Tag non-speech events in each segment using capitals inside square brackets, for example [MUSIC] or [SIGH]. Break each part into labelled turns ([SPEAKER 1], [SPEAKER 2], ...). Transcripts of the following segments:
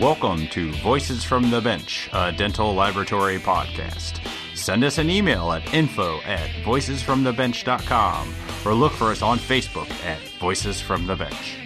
[SPEAKER 1] Welcome to Voices from the Bench, a dental laboratory podcast. Send us an email at info at voicesfromthebench.com or look for us on Facebook at Voices from the Bench.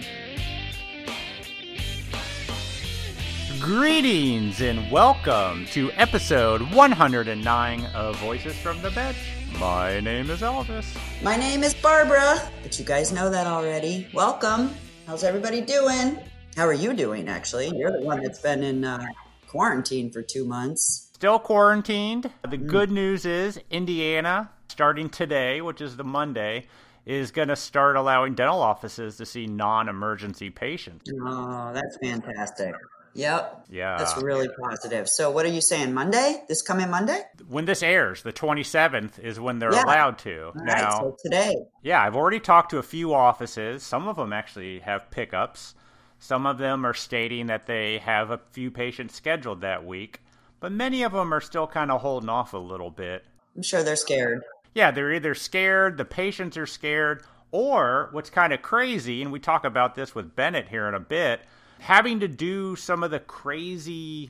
[SPEAKER 1] Greetings and welcome to episode 109 of Voices from the Bench. My name is Elvis.
[SPEAKER 2] My name is Barbara, but you guys know that already. Welcome. How's everybody doing? How are you doing, actually? You're the one that's been in uh, quarantine for two months.
[SPEAKER 1] Still quarantined. The
[SPEAKER 2] Mm-hmm.
[SPEAKER 1] good news is Indiana, starting today, which is the Monday, is going to start allowing dental offices to see non emergency patients.
[SPEAKER 2] Oh, that's fantastic. Yep.
[SPEAKER 1] Yeah.
[SPEAKER 2] That's really positive. So, what are you saying? Monday? This coming Monday?
[SPEAKER 1] When this airs, the 27th is when they're
[SPEAKER 2] Yeah.
[SPEAKER 1] allowed to.
[SPEAKER 2] All right.
[SPEAKER 1] now,
[SPEAKER 2] So, today.
[SPEAKER 1] Yeah, I've already talked to a few offices. Some of them actually have pickups. Some of them are stating that they have a few patients scheduled that week, but many of them are still kind of holding off a little bit.
[SPEAKER 2] I'm sure they're scared.
[SPEAKER 1] Yeah, they're either scared, the patients are scared, or what's kind of crazy, and we talk about this with Bennett here in a bit, having to do some of the crazy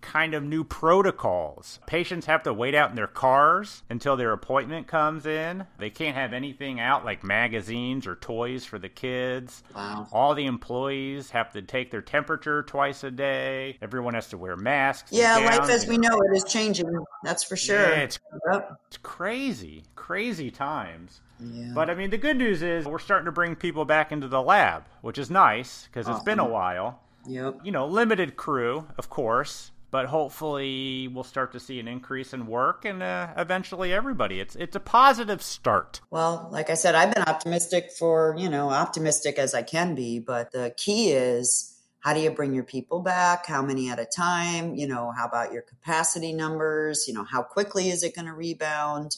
[SPEAKER 1] kind of new protocols. Patients have to wait out in their cars until their appointment comes in. They can't have anything out like magazines or toys for the kids.
[SPEAKER 2] Wow.
[SPEAKER 1] All the employees have to take their temperature twice a day. Everyone has to wear masks. and
[SPEAKER 2] Yeah, life
[SPEAKER 1] gowns
[SPEAKER 2] as
[SPEAKER 1] and-
[SPEAKER 2] we know it is changing. That's for sure.
[SPEAKER 1] Yeah, it's,
[SPEAKER 2] Yep.
[SPEAKER 1] it's crazy, crazy times.
[SPEAKER 2] Yeah.
[SPEAKER 1] But I mean, the good news is we're starting to bring people back into the lab, which is nice because it's been a while.
[SPEAKER 2] Yep.
[SPEAKER 1] You know, limited crew, of course, but hopefully we'll start to see an increase in work and uh, eventually everybody. It's it's a positive start.
[SPEAKER 2] Well, like I said, I've been optimistic for, you know, optimistic as I can be, but the key is how do you bring your people back? How many at a time? You know, how about your capacity numbers? You know, how quickly is it going to rebound?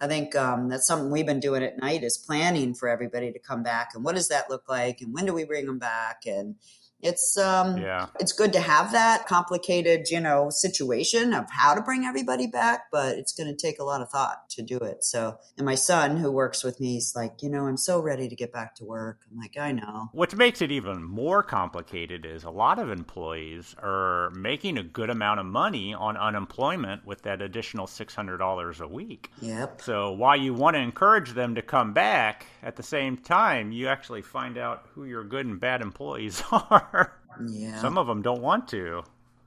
[SPEAKER 2] I think um, that's something we've been doing at night is planning for everybody to come back and what does that look like and when do we bring them back? And it's um,
[SPEAKER 1] Yeah.
[SPEAKER 2] it's good to have that complicated, you know, situation of how to bring everybody back, but it's going to take a lot of thought to do it. So, and my son who works with me, he's like, you know, I'm so ready to get back to work. I'm like, I know.
[SPEAKER 1] What makes it even more complicated is a lot of employees are making a good amount of money on unemployment with that additional $600 a week.
[SPEAKER 2] Yep.
[SPEAKER 1] So while you want to encourage them to come back, at the same time, you actually find out who your good and bad employees [LAUGHS] are.
[SPEAKER 2] Yeah.
[SPEAKER 1] Some of them don't want to.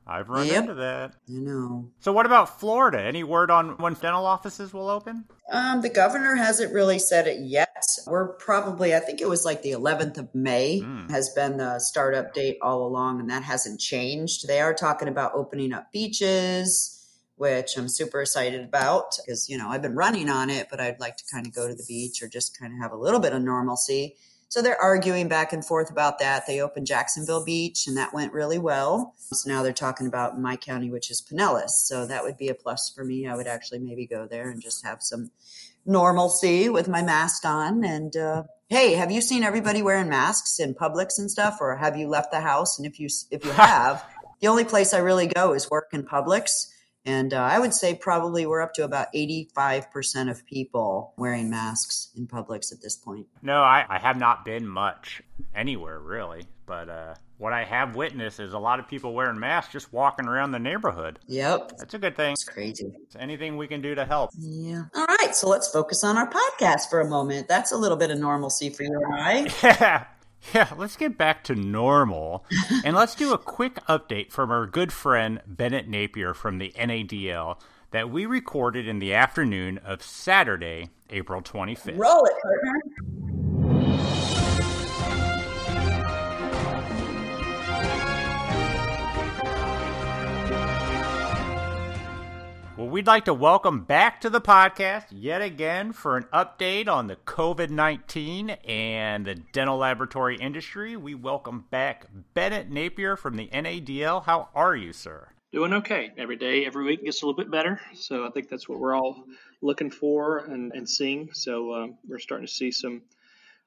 [SPEAKER 1] I've run
[SPEAKER 2] Yep.
[SPEAKER 1] into that.
[SPEAKER 2] I know.
[SPEAKER 1] So what about Florida? Any word on when dental offices will open?
[SPEAKER 2] Um, the governor hasn't really said it yet. We're probably, I think it was like the 11th of May has been the startup date all along, and that hasn't changed. They are talking about opening up beaches, which I'm super excited about because, you know, I've been running on it, but I'd like to kind of go to the beach or just kind of have a little bit of normalcy. So they're arguing back and forth about that. They opened Jacksonville Beach and that went really well. So now they're talking about my county, which is Pinellas. So that would be a plus for me. I would actually maybe go there and just have some normalcy with my mask on. And uh, hey, have you seen everybody wearing masks in Publix and stuff, or have you left the house? And if you if you have, the only place I really go is work in Publix. And uh, I would say probably we're up to about 85% of people wearing masks in Publix at this point.
[SPEAKER 1] No, I, I have not been much anywhere really. But uh, what I have witnessed is a lot of people wearing masks just walking around the neighborhood.
[SPEAKER 2] Yep.
[SPEAKER 1] That's a good thing.
[SPEAKER 2] It's crazy.
[SPEAKER 1] It's anything we can do to help.
[SPEAKER 2] Yeah. All right. So let's focus on our podcast for a moment. That's a little bit of normalcy for you and I.
[SPEAKER 1] Yeah. Yeah, let's get back to normal. and let's do a quick update from our good friend Bennett Napier from the NADL that we recorded in the afternoon of Saturday, April 25th.
[SPEAKER 2] Roll it, partner.
[SPEAKER 1] Well, we'd like to welcome back to the podcast yet again for an update on the COVID 19 and the dental laboratory industry. We welcome back Bennett Napier from the NADL. How are you, sir?
[SPEAKER 3] doing okay every day every week gets a little bit better so i think that's what we're all looking for and, and seeing so um, we're starting to see some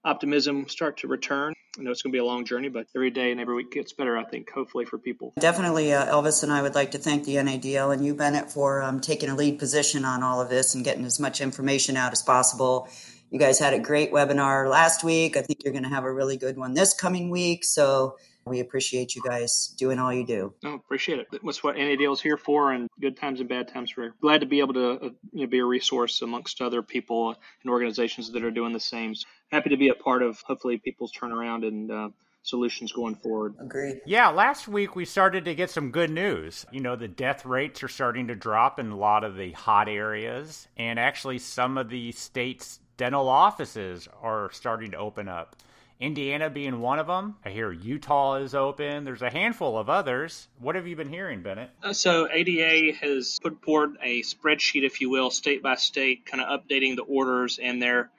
[SPEAKER 3] optimism start to return i know it's going to be a long journey but every day and every week gets better i think hopefully for people
[SPEAKER 2] Definitely, uh, Elvis and I would like to thank the NADL and you, Bennett, for um, taking a lead position on all of this and getting as much information out as possible. You guys had a great webinar last week. I think you're going to have a really good one this coming week. So We appreciate you guys doing all you do.
[SPEAKER 3] No, appreciate it. That's what NADL is here for, and good times and bad times. We're glad to be able to uh, you know, be a resource amongst other people and organizations that are doing the same. So happy to be a part of hopefully people's turnaround and uh, solutions going forward.
[SPEAKER 2] Agreed.
[SPEAKER 4] Yeah, last week we started to get some good news. You know, the death rates are starting to drop in a lot of the hot areas, and actually, some of the states' dental offices are starting to open up. Indiana being one of them. I hear Utah is open. There's a handful of others. What have you been hearing, Bennett?
[SPEAKER 3] Uh, So ADA has put forward a spreadsheet, if you will, state by state, kind of updating the orders, and they're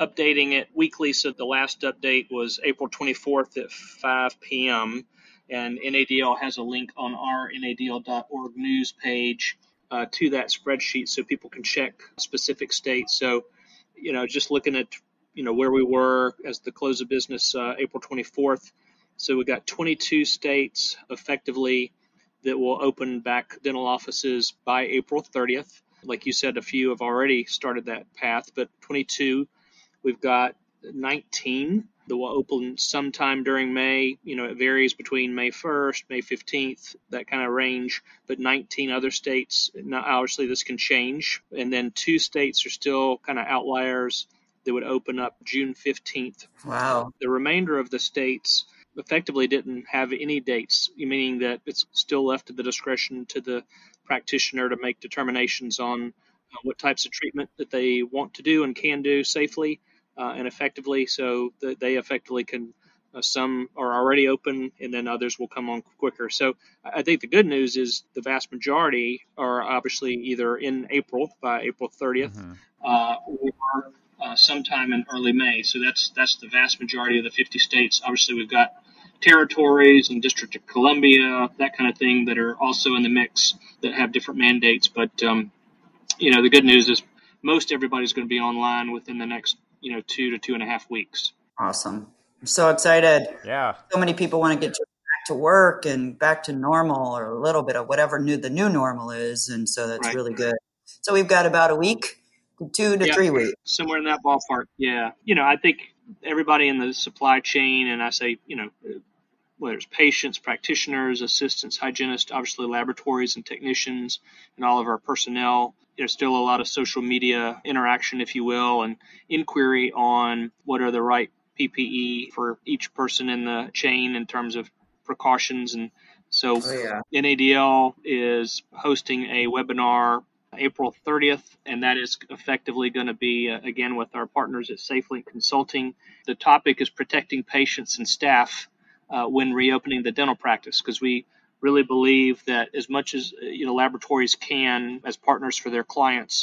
[SPEAKER 3] updating it weekly. So the last update was April 24th at 5 p.m. And NADL has a link on our NADL.org news page uh, to that spreadsheet, so people can check specific states. So, you know, just looking at you know where we were as the close of business uh, April 24th. So we got 22 states effectively that will open back dental offices by April 30th. Like you said, a few have already started that path, but 22, we've got 19 that will open sometime during May. You know, it varies between May 1st, May 15th, that kind of range, but 19 other states, now obviously this can change. And then two states are still kind of outliers that would open up June 15th
[SPEAKER 2] Wow.
[SPEAKER 3] the remainder of the states effectively didn't have any dates, meaning that it's still left to the discretion to the practitioner to make determinations on uh, what types of treatment that they want to do and can do safely uh, and effectively, so that they effectively can. Uh, some are already open, and then others will come on quicker. So I I think the good news is the vast majority are obviously either in April by April 30th
[SPEAKER 4] Mhm.
[SPEAKER 3] uh, or uh, sometime in early May. So that's that's the vast majority of the 50 states. Obviously, we've got territories and District of Columbia, that kind of thing, that are also in the mix that have different mandates. But um, you know, the good news is most everybody's going to be online within the next you know two to two and a half weeks.
[SPEAKER 2] Awesome. I'm so excited.
[SPEAKER 4] Yeah.
[SPEAKER 2] So many people want to get to- back to work and back to normal or a little bit of whatever new the new normal is. And so that's
[SPEAKER 3] Right.
[SPEAKER 2] really good. So we've got about a week, two to
[SPEAKER 3] Yeah,
[SPEAKER 2] three weeks.
[SPEAKER 3] somewhere in that ballpark. Yeah. You know, I think everybody in the supply chain, and I say, you know, whether it's patients, practitioners, assistants, hygienists, obviously laboratories and technicians, and all of our personnel. There's still a lot of social media interaction, if you will, and inquiry on what are the right PPE for each person in the chain in terms of precautions. And so
[SPEAKER 2] Oh, yeah.
[SPEAKER 3] NADL is hosting a webinar April 30th, and that is effectively going to be, uh, again, with our partners at SafeLink Consulting. The topic is protecting patients and staff uh, when reopening the dental practice because we really believe that as much as uh, you know laboratories can as partners for their clients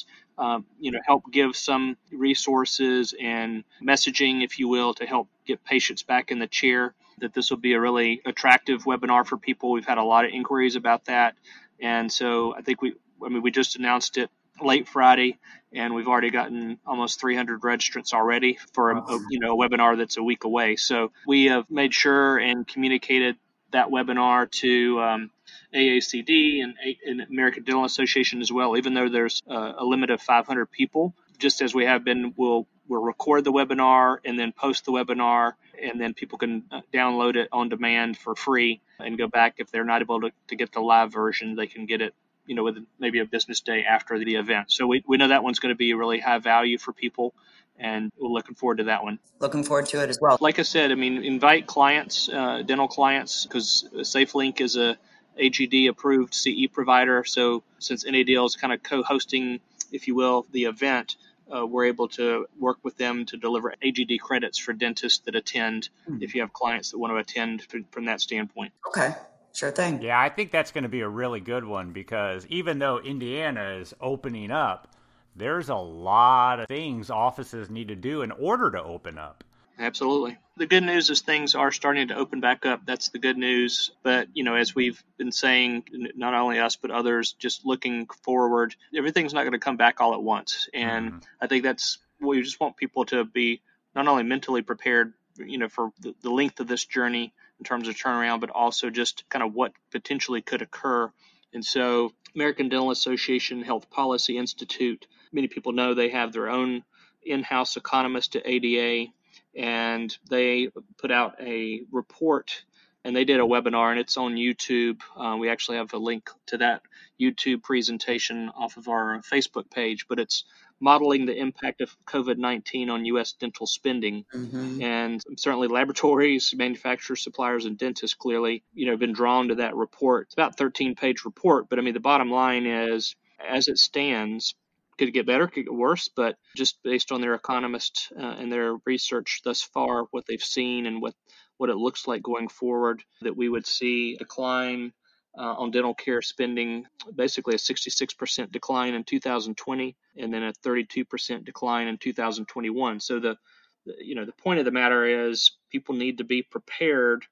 [SPEAKER 3] um, you know help give some resources and messaging if you will to help get patients back in the chair that this will be a really attractive webinar for people we've had a lot of inquiries about that and so i think we i mean we just announced it late friday and we've already gotten almost 300 registrants already for a, a-
[SPEAKER 2] Awesome.
[SPEAKER 3] you know a webinar that's a week away. So we have made sure and communicated that webinar to um, AACD and, A- and American Dental Association as well. Even though there's uh, a limit of 500 people, just as we have been, we'll we'll record the webinar and then post the webinar, and then people can uh, download it on demand for free and go back if they're not able to, to get the live version. They can get it you know, with maybe a business day after the event. So we, we know that one's going to be really high value for people, and we're looking forward to that one.
[SPEAKER 2] Looking forward to it as well.
[SPEAKER 3] Like I said, I mean, invite clients, uh, dental clients, because SafeLink is a AGD approved CE provider. So since NADL is kind of co-hosting, if you will, the event, uh, we're able to work with them to deliver AGD credits for dentists that attend. If you have clients that want to attend from from that standpoint.
[SPEAKER 2] Okay. Sure thing.
[SPEAKER 4] Yeah, I think that's going to be a really good one because even though Indiana is opening up, there's a lot of things offices need to do in order to open up.
[SPEAKER 3] Absolutely. The good news is things are starting to open back up. That's the good news. But, you know, as we've been saying, n- not only us, but others, just looking forward, everything's not going to come back all at once. And
[SPEAKER 4] Mhm.
[SPEAKER 3] I think that's we just want people to be not only mentally prepared, you know, for the, the length of this journey in terms of turnaround, but also just kind of what potentially could occur. And so, American Dental Association Health Policy Institute, many people know they have their own in house economist at ADA and they put out a report and they did a webinar and it's on YouTube. Uh, we actually have a link to that YouTube presentation off of our Facebook page, but it's modeling the impact of COVID 19 on U.S. dental spending.
[SPEAKER 2] Mhm.
[SPEAKER 3] And certainly laboratories, manufacturers, suppliers, and dentists clearly, you know, have been drawn to that report. It's about a 13 page report, but I mean, the bottom line is as it stands, could get better, could get worse, but just based on their economists uh, and their research thus far, what they've seen and what what it looks like going forward, that we would see decline uh, on dental care spending, basically a 66% decline in 2020, and then a 32% decline in 2021. So the, the- you know, the point of the matter is people need to be prepared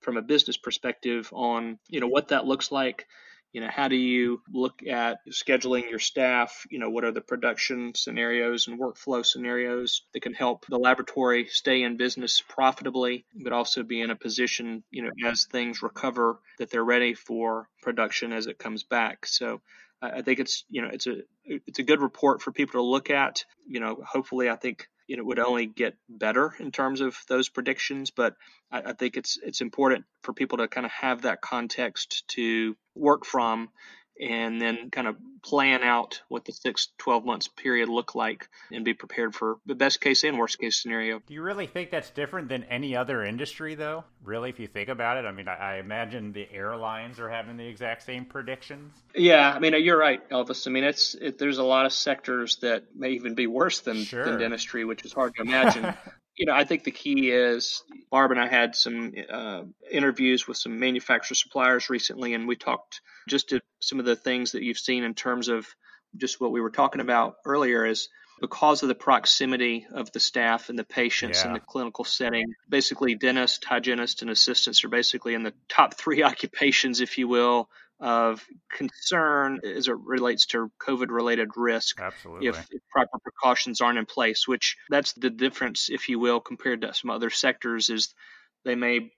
[SPEAKER 3] from a business perspective on, you know, what that looks like. You know, how do you look at scheduling your staff? You know, what are the production scenarios and workflow scenarios that can help the laboratory stay in business profitably, but also be in a position, you know, as things recover that they're ready for production as it comes back. So I I think it's, you know, it's a it's a good report for people to look at. You know, hopefully I think you know, it would only get better in terms of those predictions, but I, I think it's it's important for people to kind of have that context to work from and then kind of plan out what the six, 12 months period look like and be prepared for the best case and worst case scenario.
[SPEAKER 4] Do you really think that's different than any other industry, though? Really, if you think about it, I mean, I, I imagine the airlines are having the exact same predictions.
[SPEAKER 3] Yeah, I mean you're right, Elvis. I mean it's it, there's a lot of sectors that may even be worse than,
[SPEAKER 4] Sure.
[SPEAKER 3] than dentistry, which is hard
[SPEAKER 4] [LAUGHS]
[SPEAKER 3] to imagine. you know, I think the key is Barb and I had some uh, interviews with some manufacturer suppliers recently, and we talked just to some of the things that you've seen in terms of just what we were talking about earlier is because of the proximity of the staff and the patients in
[SPEAKER 4] Yeah.
[SPEAKER 3] the clinical setting basically dentist hygienist and assistants are basically in the top three [LAUGHS] occupations if you will of concern as it relates to covid related risk
[SPEAKER 4] Absolutely.
[SPEAKER 3] if, if proper precautions aren't in place which that's the difference if you will compared to some other sectors is they may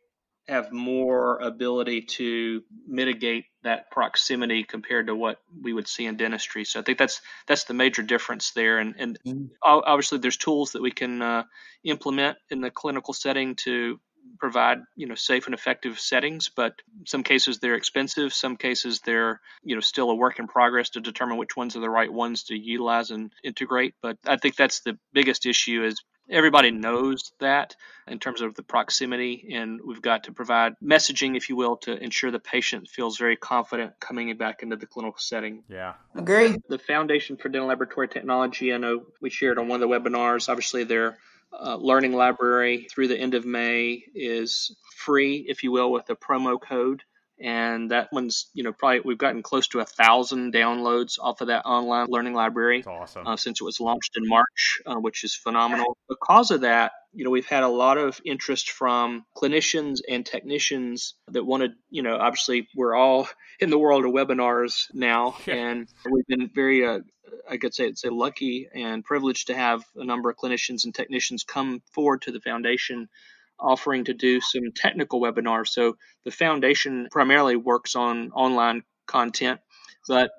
[SPEAKER 3] have more ability to mitigate that proximity compared to what we would see in dentistry. So I think that's that's the major difference there. And and
[SPEAKER 2] Mhm.
[SPEAKER 3] ob- obviously there's tools that we can uh, implement in the clinical setting to provide you know safe and effective settings. But some cases they're expensive. Some cases they're you know still a work in progress to determine which ones are the right ones to utilize and integrate. But I think that's the biggest issue is everybody knows that in terms of the proximity and we've got to provide messaging if you will to ensure the patient feels very confident coming back into the clinical setting
[SPEAKER 4] Yeah.
[SPEAKER 2] Agree.
[SPEAKER 3] the foundation for dental laboratory technology i know we shared on one of the webinars obviously their uh, learning library through the end of may is free if you will with a promo code and that one's you know probably we've gotten close to a thousand downloads off of that online learning library
[SPEAKER 4] It's awesome.
[SPEAKER 3] uh, since it was launched in March, uh, which is phenomenal. Because of that, you know, we've had a lot of interest from clinicians and technicians that wanted, you know, obviously we're all in the world of webinars now,
[SPEAKER 4] Yeah.
[SPEAKER 3] and we've been very, uh, I could say, say lucky and privileged to have a number of clinicians and technicians come forward to the foundation offering to do some technical webinars. So the foundation primarily works on online content, but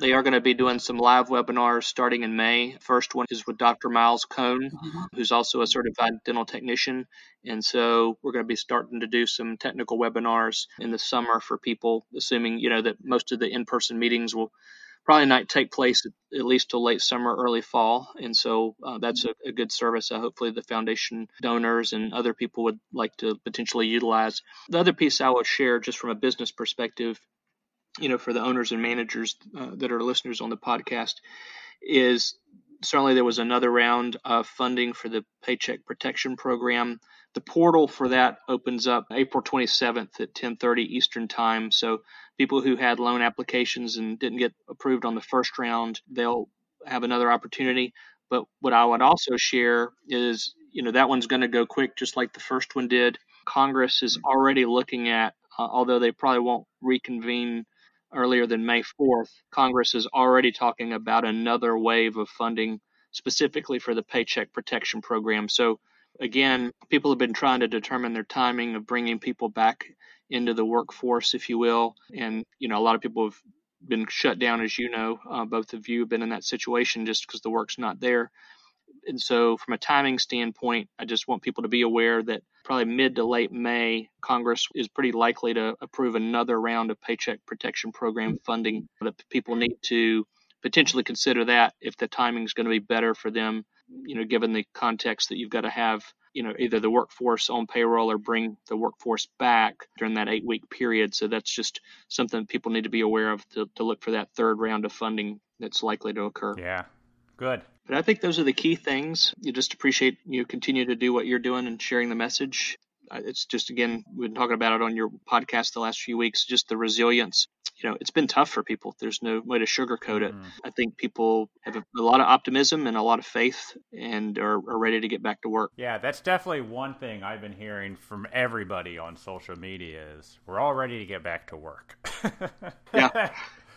[SPEAKER 3] they are going to be doing some live webinars starting in May. First one is with Dr. Miles Cohn, who's also a certified dental technician. And so we're going to be starting to do some technical webinars in the summer for people, assuming, you know, that most of the in-person meetings will probably not take place at, at least till late summer, early fall. And so uh, that's a, a good service. Uh, hopefully the foundation donors and other people would like to potentially utilize. The other piece I would share just from a business perspective you know, for the owners and managers uh, that are listeners on the podcast is certainly there was another round of funding for the Paycheck Protection Program. The portal for that opens up April 27th at 10:30 Eastern Time. So people who had loan applications and didn't get approved on the first round, they'll have another opportunity. But what I would also share is, you know, that one's going to go quick, just like the first one did. Congress is already looking at, uh, although they probably won't reconvene earlier than May 4th, Congress is already talking about another wave of funding specifically for the Paycheck Protection Program. So, again, people have been trying to determine their timing of bringing people back into the workforce, if you will. And, you know, a lot of people have been shut down, as you know. Uh, both of you have been in that situation just because the work's not there And so, from a timing standpoint, I just want people to be aware that probably mid to late May, Congress is pretty likely to approve another round of Paycheck Protection Program funding that people need to potentially consider that if the timing is going to be better for them, you know, given the context that you've got to have, you know, either the workforce on payroll or bring the workforce back during that eight week period. So that's just something people need to be aware of to, to look for that third round of funding that's likely to occur.
[SPEAKER 1] Yeah. Good.
[SPEAKER 3] But I think those are the key things. You just appreciate you continue to do what you're doing and sharing the message. Uh, It's just, again, we've been talking about it on your podcast the last few weeks, just the resilience you know it's been tough for people there's no way to sugarcoat it mm. i think people have a, a, lot of optimism and a lot of faith and are, are, ready to get back to work
[SPEAKER 1] yeah that's definitely one thing i've been hearing from everybody on social media is we're all ready to get back to work [LAUGHS]
[SPEAKER 3] yeah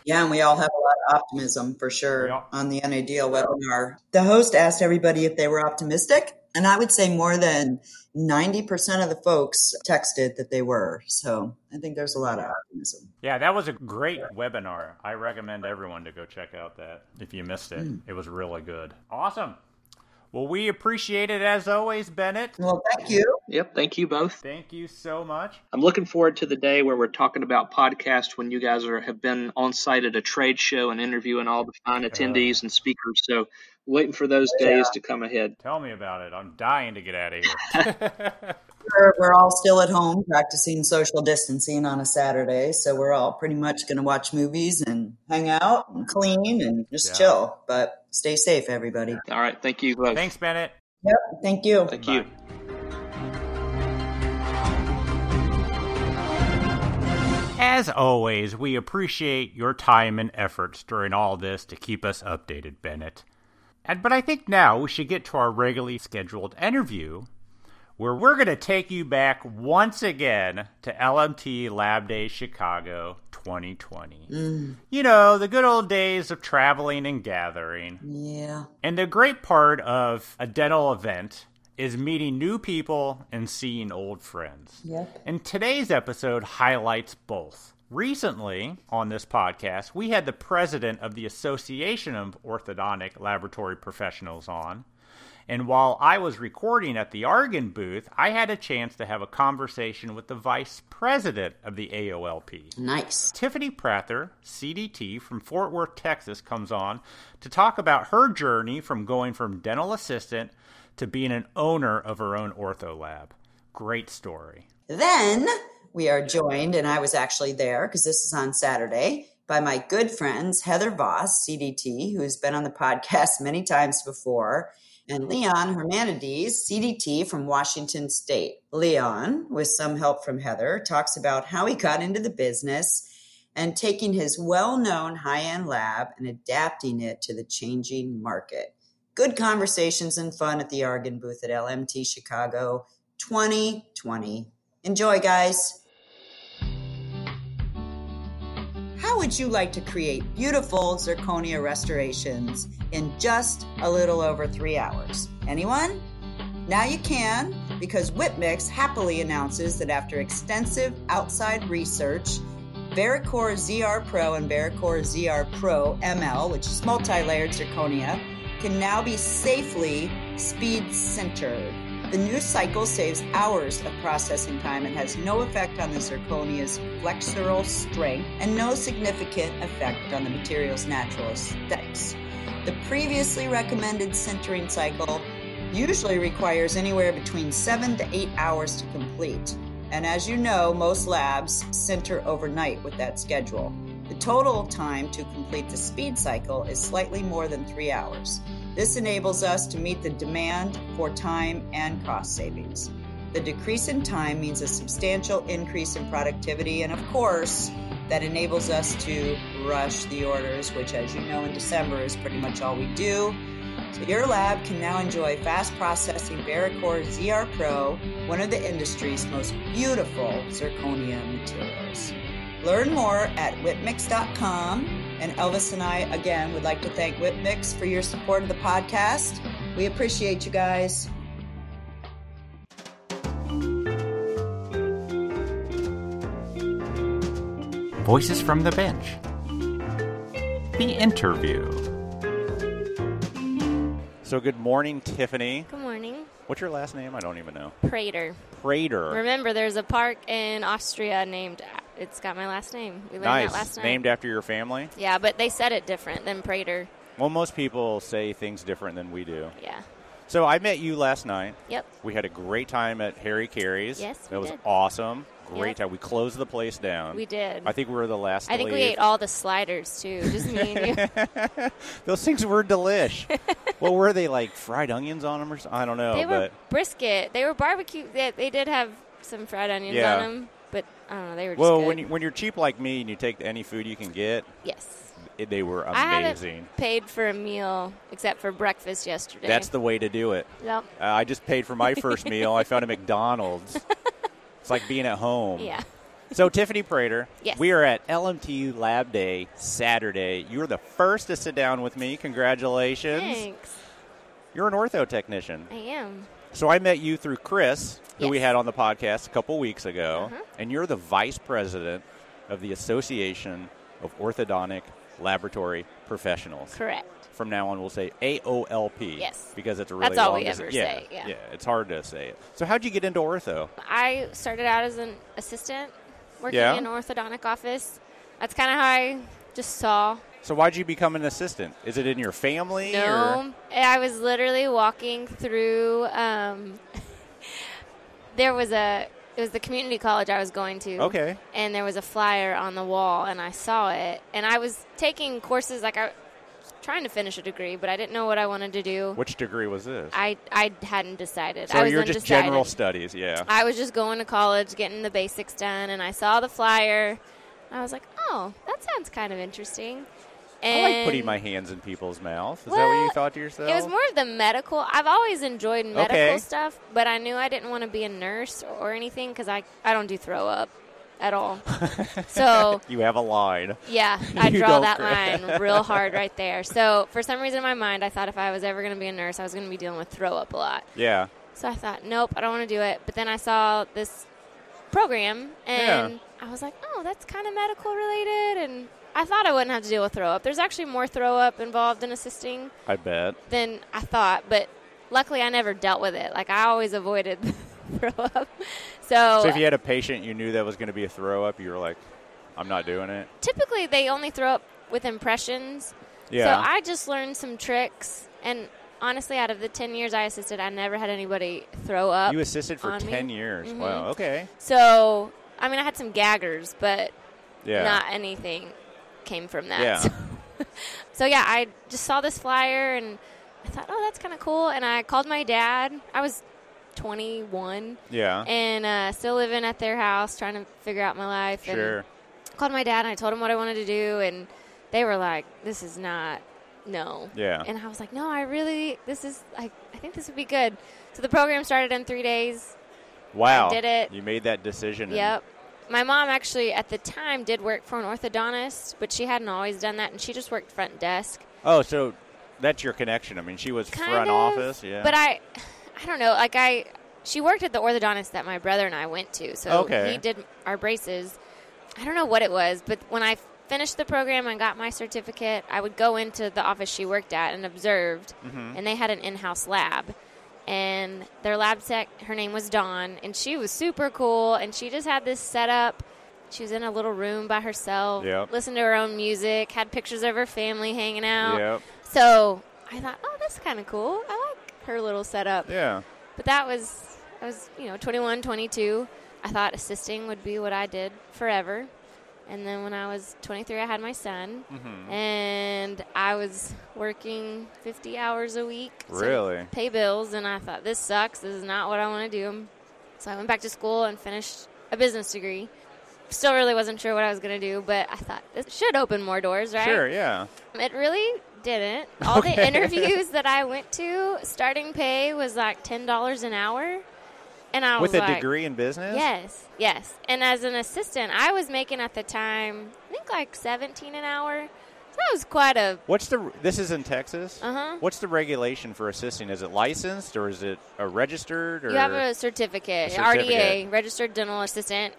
[SPEAKER 2] yeah, and we all have a lot of optimism for sure yeah. on the NADL webinar. The host asked everybody if they were optimistic, and I would say more than 90% of the folks texted that they were. So I think there's a lot of optimism.
[SPEAKER 1] Yeah, that was a great webinar. I recommend everyone to go check out that if you missed it. Mm. It was really good. Awesome. Well, we appreciate it as always, Bennett.
[SPEAKER 2] Well, thank you.
[SPEAKER 3] Yep, thank you both.
[SPEAKER 1] Thank you so much.
[SPEAKER 3] I'm looking forward to the day where we're talking about podcasts when you guys are, have been on site at a trade show and interviewing all the fine attendees uh, and speakers. So, waiting for those yeah. days to come ahead.
[SPEAKER 1] Tell me about it. I'm dying to get out of here.
[SPEAKER 2] we're, we're all still at home practicing social distancing on a Saturday, so we're all pretty much going to watch movies and hang out and clean and just yeah. chill. But Stay safe, everybody.
[SPEAKER 3] All right. Thank you. Both.
[SPEAKER 1] Thanks, Bennett.
[SPEAKER 2] Yep. Thank you.
[SPEAKER 3] Thank Bye. you.
[SPEAKER 1] As always, we appreciate your time and efforts during all this to keep us updated, Bennett. And, but I think now we should get to our regularly scheduled interview where we're going to take you back once again to LMT Lab Day Chicago 2020. Mm. You know, the good old days of traveling and gathering.
[SPEAKER 2] Yeah.
[SPEAKER 1] And the great part of a dental event is meeting new people and seeing old friends.
[SPEAKER 2] Yep.
[SPEAKER 1] And today's episode highlights both. Recently, on this podcast, we had the president of the Association of Orthodontic Laboratory Professionals on. And while I was recording at the Argon booth, I had a chance to have a conversation with the vice president of the AOLP.
[SPEAKER 2] Nice.
[SPEAKER 1] Tiffany Prather, CDT from Fort Worth, Texas, comes on to talk about her journey from going from dental assistant to being an owner of her own ortho lab. Great story.
[SPEAKER 2] Then we are joined, and I was actually there because this is on Saturday by my good friends Heather Voss, CDT, who's been on the podcast [LAUGHS] many times before, and Leon Hermanides, CDT from Washington State. Leon, with some help from Heather, talks about how he got into the business and taking his well known high end lab and adapting it to the changing market. Good conversations and fun at the Argon booth at LMT Chicago 2020. Enjoy, guys. How would you like to create beautiful zirconia restorations in just a little over three hours? Anyone? Now you can, because Whitmix happily announces that after extensive outside research, Vericore ZR Pro and Vericore ZR Pro ML, which is multi layered zirconia, can now be safely speed centered. The new cycle saves hours of processing time and has no effect on the zirconia's flexural strength and no significant effect on the material's natural aesthetics. The previously recommended centering cycle usually requires anywhere between seven to eight hours to complete. And as you know, most labs center overnight with that schedule. The total time to complete the speed cycle is slightly more than three hours. This enables us to meet the demand for time and cost savings. The decrease in time means a substantial increase in productivity, and of course, that enables us to rush the orders, which, as you know, in December is pretty much all we do. So, your lab can now enjoy fast processing Vericore ZR Pro, one of the industry's most beautiful zirconia materials. Learn more at whitmix.com. And Elvis and I, again, would like to thank Whitmix for your support of the podcast. We appreciate you guys.
[SPEAKER 1] Voices from the Bench. The interview. So good morning, Tiffany.
[SPEAKER 5] Good morning.
[SPEAKER 1] What's your last name? I don't even know.
[SPEAKER 5] Prater.
[SPEAKER 1] Prater.
[SPEAKER 5] Remember, there's a park in Austria named. It's got my last name. We learned that
[SPEAKER 1] Nice.
[SPEAKER 5] last night.
[SPEAKER 1] Named after your family.
[SPEAKER 5] Yeah, but they said it different than Prater.
[SPEAKER 1] Well, most people say things different than we do.
[SPEAKER 5] Yeah.
[SPEAKER 1] So I met you last night.
[SPEAKER 5] Yep.
[SPEAKER 1] We had a great time at Harry Carey's.
[SPEAKER 5] Yes,
[SPEAKER 1] That
[SPEAKER 5] we
[SPEAKER 1] was
[SPEAKER 5] did.
[SPEAKER 1] awesome. Great
[SPEAKER 5] Yep.
[SPEAKER 1] time. We closed the place down.
[SPEAKER 5] We did.
[SPEAKER 1] I think we were the last.
[SPEAKER 5] I
[SPEAKER 1] to
[SPEAKER 5] think we
[SPEAKER 1] leave.
[SPEAKER 5] ate all the sliders too. Just me and
[SPEAKER 1] [LAUGHS]
[SPEAKER 5] you.
[SPEAKER 1] Those things were
[SPEAKER 5] [LAUGHS]
[SPEAKER 1] delish. what were they like? Fried onions on them, or something? I don't know.
[SPEAKER 5] They were
[SPEAKER 1] but
[SPEAKER 5] brisket. They were barbecue. They, they did have some fried onions
[SPEAKER 1] Yeah.
[SPEAKER 5] on them, but I don't know. They were just
[SPEAKER 1] well,
[SPEAKER 5] good.
[SPEAKER 1] when you, when you're cheap like me and you take any food you can get,
[SPEAKER 5] yes.
[SPEAKER 1] it, they were
[SPEAKER 5] I
[SPEAKER 1] amazing.
[SPEAKER 5] haven't paid for a meal except for breakfast yesterday.
[SPEAKER 1] That's the way to do it. [LAUGHS]
[SPEAKER 5] Yep.
[SPEAKER 1] Uh, I just paid for
[SPEAKER 5] [LAUGHS]
[SPEAKER 1] my first meal. I found a McDonald's. It's like being at home.
[SPEAKER 5] Yeah.
[SPEAKER 1] So Tiffany Prater,
[SPEAKER 5] Yes.
[SPEAKER 1] we are at LMTU Lab Day Saturday. You were the first to sit down with me. Congratulations.
[SPEAKER 5] Thanks.
[SPEAKER 1] You're an ortho technician.
[SPEAKER 5] I am.
[SPEAKER 1] So I met you through Chris, who we
[SPEAKER 5] Yes.
[SPEAKER 1] had on the podcast a couple weeks ago,
[SPEAKER 5] Uh-huh.
[SPEAKER 1] and you're the vice president of the Association of Orthodontic Laboratory Professionals.
[SPEAKER 5] Correct.
[SPEAKER 1] From now on, we'll say AOLP.
[SPEAKER 5] Yes.
[SPEAKER 1] because it's a really
[SPEAKER 5] That's all
[SPEAKER 1] long
[SPEAKER 5] we
[SPEAKER 1] to say-
[SPEAKER 5] ever
[SPEAKER 1] yeah,
[SPEAKER 5] say, yeah.
[SPEAKER 1] it's hard to say it. So how'd you get into ortho?
[SPEAKER 5] I started out as an assistant working
[SPEAKER 1] Yeah.
[SPEAKER 5] in an orthodontic office. That's kind of how I just saw.
[SPEAKER 1] So why'd you become an assistant? Is it in your family? or-
[SPEAKER 5] No, I was literally walking through. Um, [LAUGHS] there was a. It was the community college I was going to.
[SPEAKER 1] Okay.
[SPEAKER 5] And there was a flyer on the wall, and I saw it. And I was taking courses like I was trying to finish a degree, but I didn't know what I wanted to do.
[SPEAKER 1] Which degree was this?
[SPEAKER 5] I I hadn't decided.
[SPEAKER 1] so
[SPEAKER 5] I was
[SPEAKER 1] you're
[SPEAKER 5] undecided.
[SPEAKER 1] just general studies, yeah.
[SPEAKER 5] I was just going to college, getting the basics done, and I saw the flyer. I was like, oh, that sounds kind of interesting.
[SPEAKER 1] I
[SPEAKER 5] And
[SPEAKER 1] like putting my hands in people's mouth. Is that what you
[SPEAKER 5] Well,
[SPEAKER 1] thought to yourself?
[SPEAKER 5] It was more of the medical. I've always enjoyed medical
[SPEAKER 1] Okay.
[SPEAKER 5] stuff, but I knew I didn't want to be a nurse or anything because I, I don't do throw up
[SPEAKER 1] [LAUGHS]
[SPEAKER 5] at all. so,
[SPEAKER 1] you have a line.
[SPEAKER 5] yeah, I
[SPEAKER 1] You
[SPEAKER 5] draw
[SPEAKER 1] don't
[SPEAKER 5] that
[SPEAKER 1] cry.
[SPEAKER 5] line real hard right there. So, for some reason in my mind, I thought if I was ever going to be a nurse, I was going to be dealing with throw up a lot.
[SPEAKER 1] Yeah.
[SPEAKER 5] So I thought, nope, I don't want to do it. But then I saw this program, and
[SPEAKER 1] Yeah.
[SPEAKER 5] I was like, oh, that's kind of medical related. And I thought I wouldn't have to deal with throw up. There's actually more throw up involved in assisting
[SPEAKER 1] I bet.
[SPEAKER 5] than I thought. But luckily, I never dealt with it. Like I always avoided [LAUGHS] throw up. So,
[SPEAKER 1] So if you had a patient you knew that was going to be a throw up, you were like, I'm not doing it.
[SPEAKER 5] typically, they only throw up with impressions.
[SPEAKER 1] Yeah.
[SPEAKER 5] So I just learned some tricks, and honestly, out of the ten years I assisted, I never had anybody throw up.
[SPEAKER 1] you assisted for
[SPEAKER 5] on
[SPEAKER 1] 10
[SPEAKER 5] me.
[SPEAKER 1] years.
[SPEAKER 5] Mhm.
[SPEAKER 1] Wow. Okay.
[SPEAKER 5] So, I mean, I had some gaggers, but
[SPEAKER 1] Yeah.
[SPEAKER 5] not anything came from that.
[SPEAKER 1] Yeah.
[SPEAKER 5] So, [LAUGHS] yeah, I just saw this flyer and I thought, oh, that's kind of cool. And I called my dad. I was 21
[SPEAKER 1] yeah.
[SPEAKER 5] and uh, still living at their house, trying to figure out my life.
[SPEAKER 1] Sure.
[SPEAKER 5] And called my dad and I told him what I wanted to do, and they were like, "This is not." No.
[SPEAKER 1] Yeah.
[SPEAKER 5] And I was like, no, I really, this is, I, I think this would be good. So the program started in three days.
[SPEAKER 1] Wow.
[SPEAKER 5] did it.
[SPEAKER 1] You made that decision. and-
[SPEAKER 5] Yep. My mom actually at the time did work for an orthodontist, but she hadn't always done that, and she just worked front desk.
[SPEAKER 1] oh, so that's your connection. I mean, she was
[SPEAKER 5] Kind
[SPEAKER 1] front
[SPEAKER 5] of,
[SPEAKER 1] office. Yeah.
[SPEAKER 5] But I, I don't know. Like I, she worked at the orthodontist that my brother and I went to, so
[SPEAKER 1] Okay.
[SPEAKER 5] he did our braces. I don't know what it was, but when I finished the program and got my certificate, I would go into the office she worked at and observed,
[SPEAKER 1] Mm-hmm.
[SPEAKER 5] and they had an in-house lab. And their lab tech, her name was Dawn, and she was super cool. And she just had this setup. She was in a little room by herself,
[SPEAKER 1] Yep.
[SPEAKER 5] listened to her own music, had pictures of her family hanging out.
[SPEAKER 1] Yep.
[SPEAKER 5] So I thought, oh, that's kind of cool. I like her little setup.
[SPEAKER 1] Yeah.
[SPEAKER 5] But that was, I was, you know, 21, 22. I thought assisting would be what I did forever. And then when I was 23, I had my son.
[SPEAKER 1] Mm-hmm.
[SPEAKER 5] And I was working 50 hours a week. to
[SPEAKER 1] Really?
[SPEAKER 5] Pay bills. And I thought, this sucks. This is not what I want to do. So I went back to school and finished a business degree. Still really wasn't sure what I was going to do, but I thought this should open more doors, right?
[SPEAKER 1] Sure. Yeah.
[SPEAKER 5] It really didn't. All
[SPEAKER 1] Okay.
[SPEAKER 5] the interviews that I went to, starting pay was like ten dollars an hour, and I was
[SPEAKER 1] With a
[SPEAKER 5] like,
[SPEAKER 1] degree in business?
[SPEAKER 5] Yes, yes. And as an assistant, I was making at the time, I think like seventeen an hour. So that was quite a.
[SPEAKER 1] What's the? This is in Texas.
[SPEAKER 5] Uh-huh.
[SPEAKER 1] What's the regulation for assisting? Is it licensed or is it a registered? Or
[SPEAKER 5] You have a certificate,
[SPEAKER 1] A certificate.
[SPEAKER 5] RDA, registered dental assistant.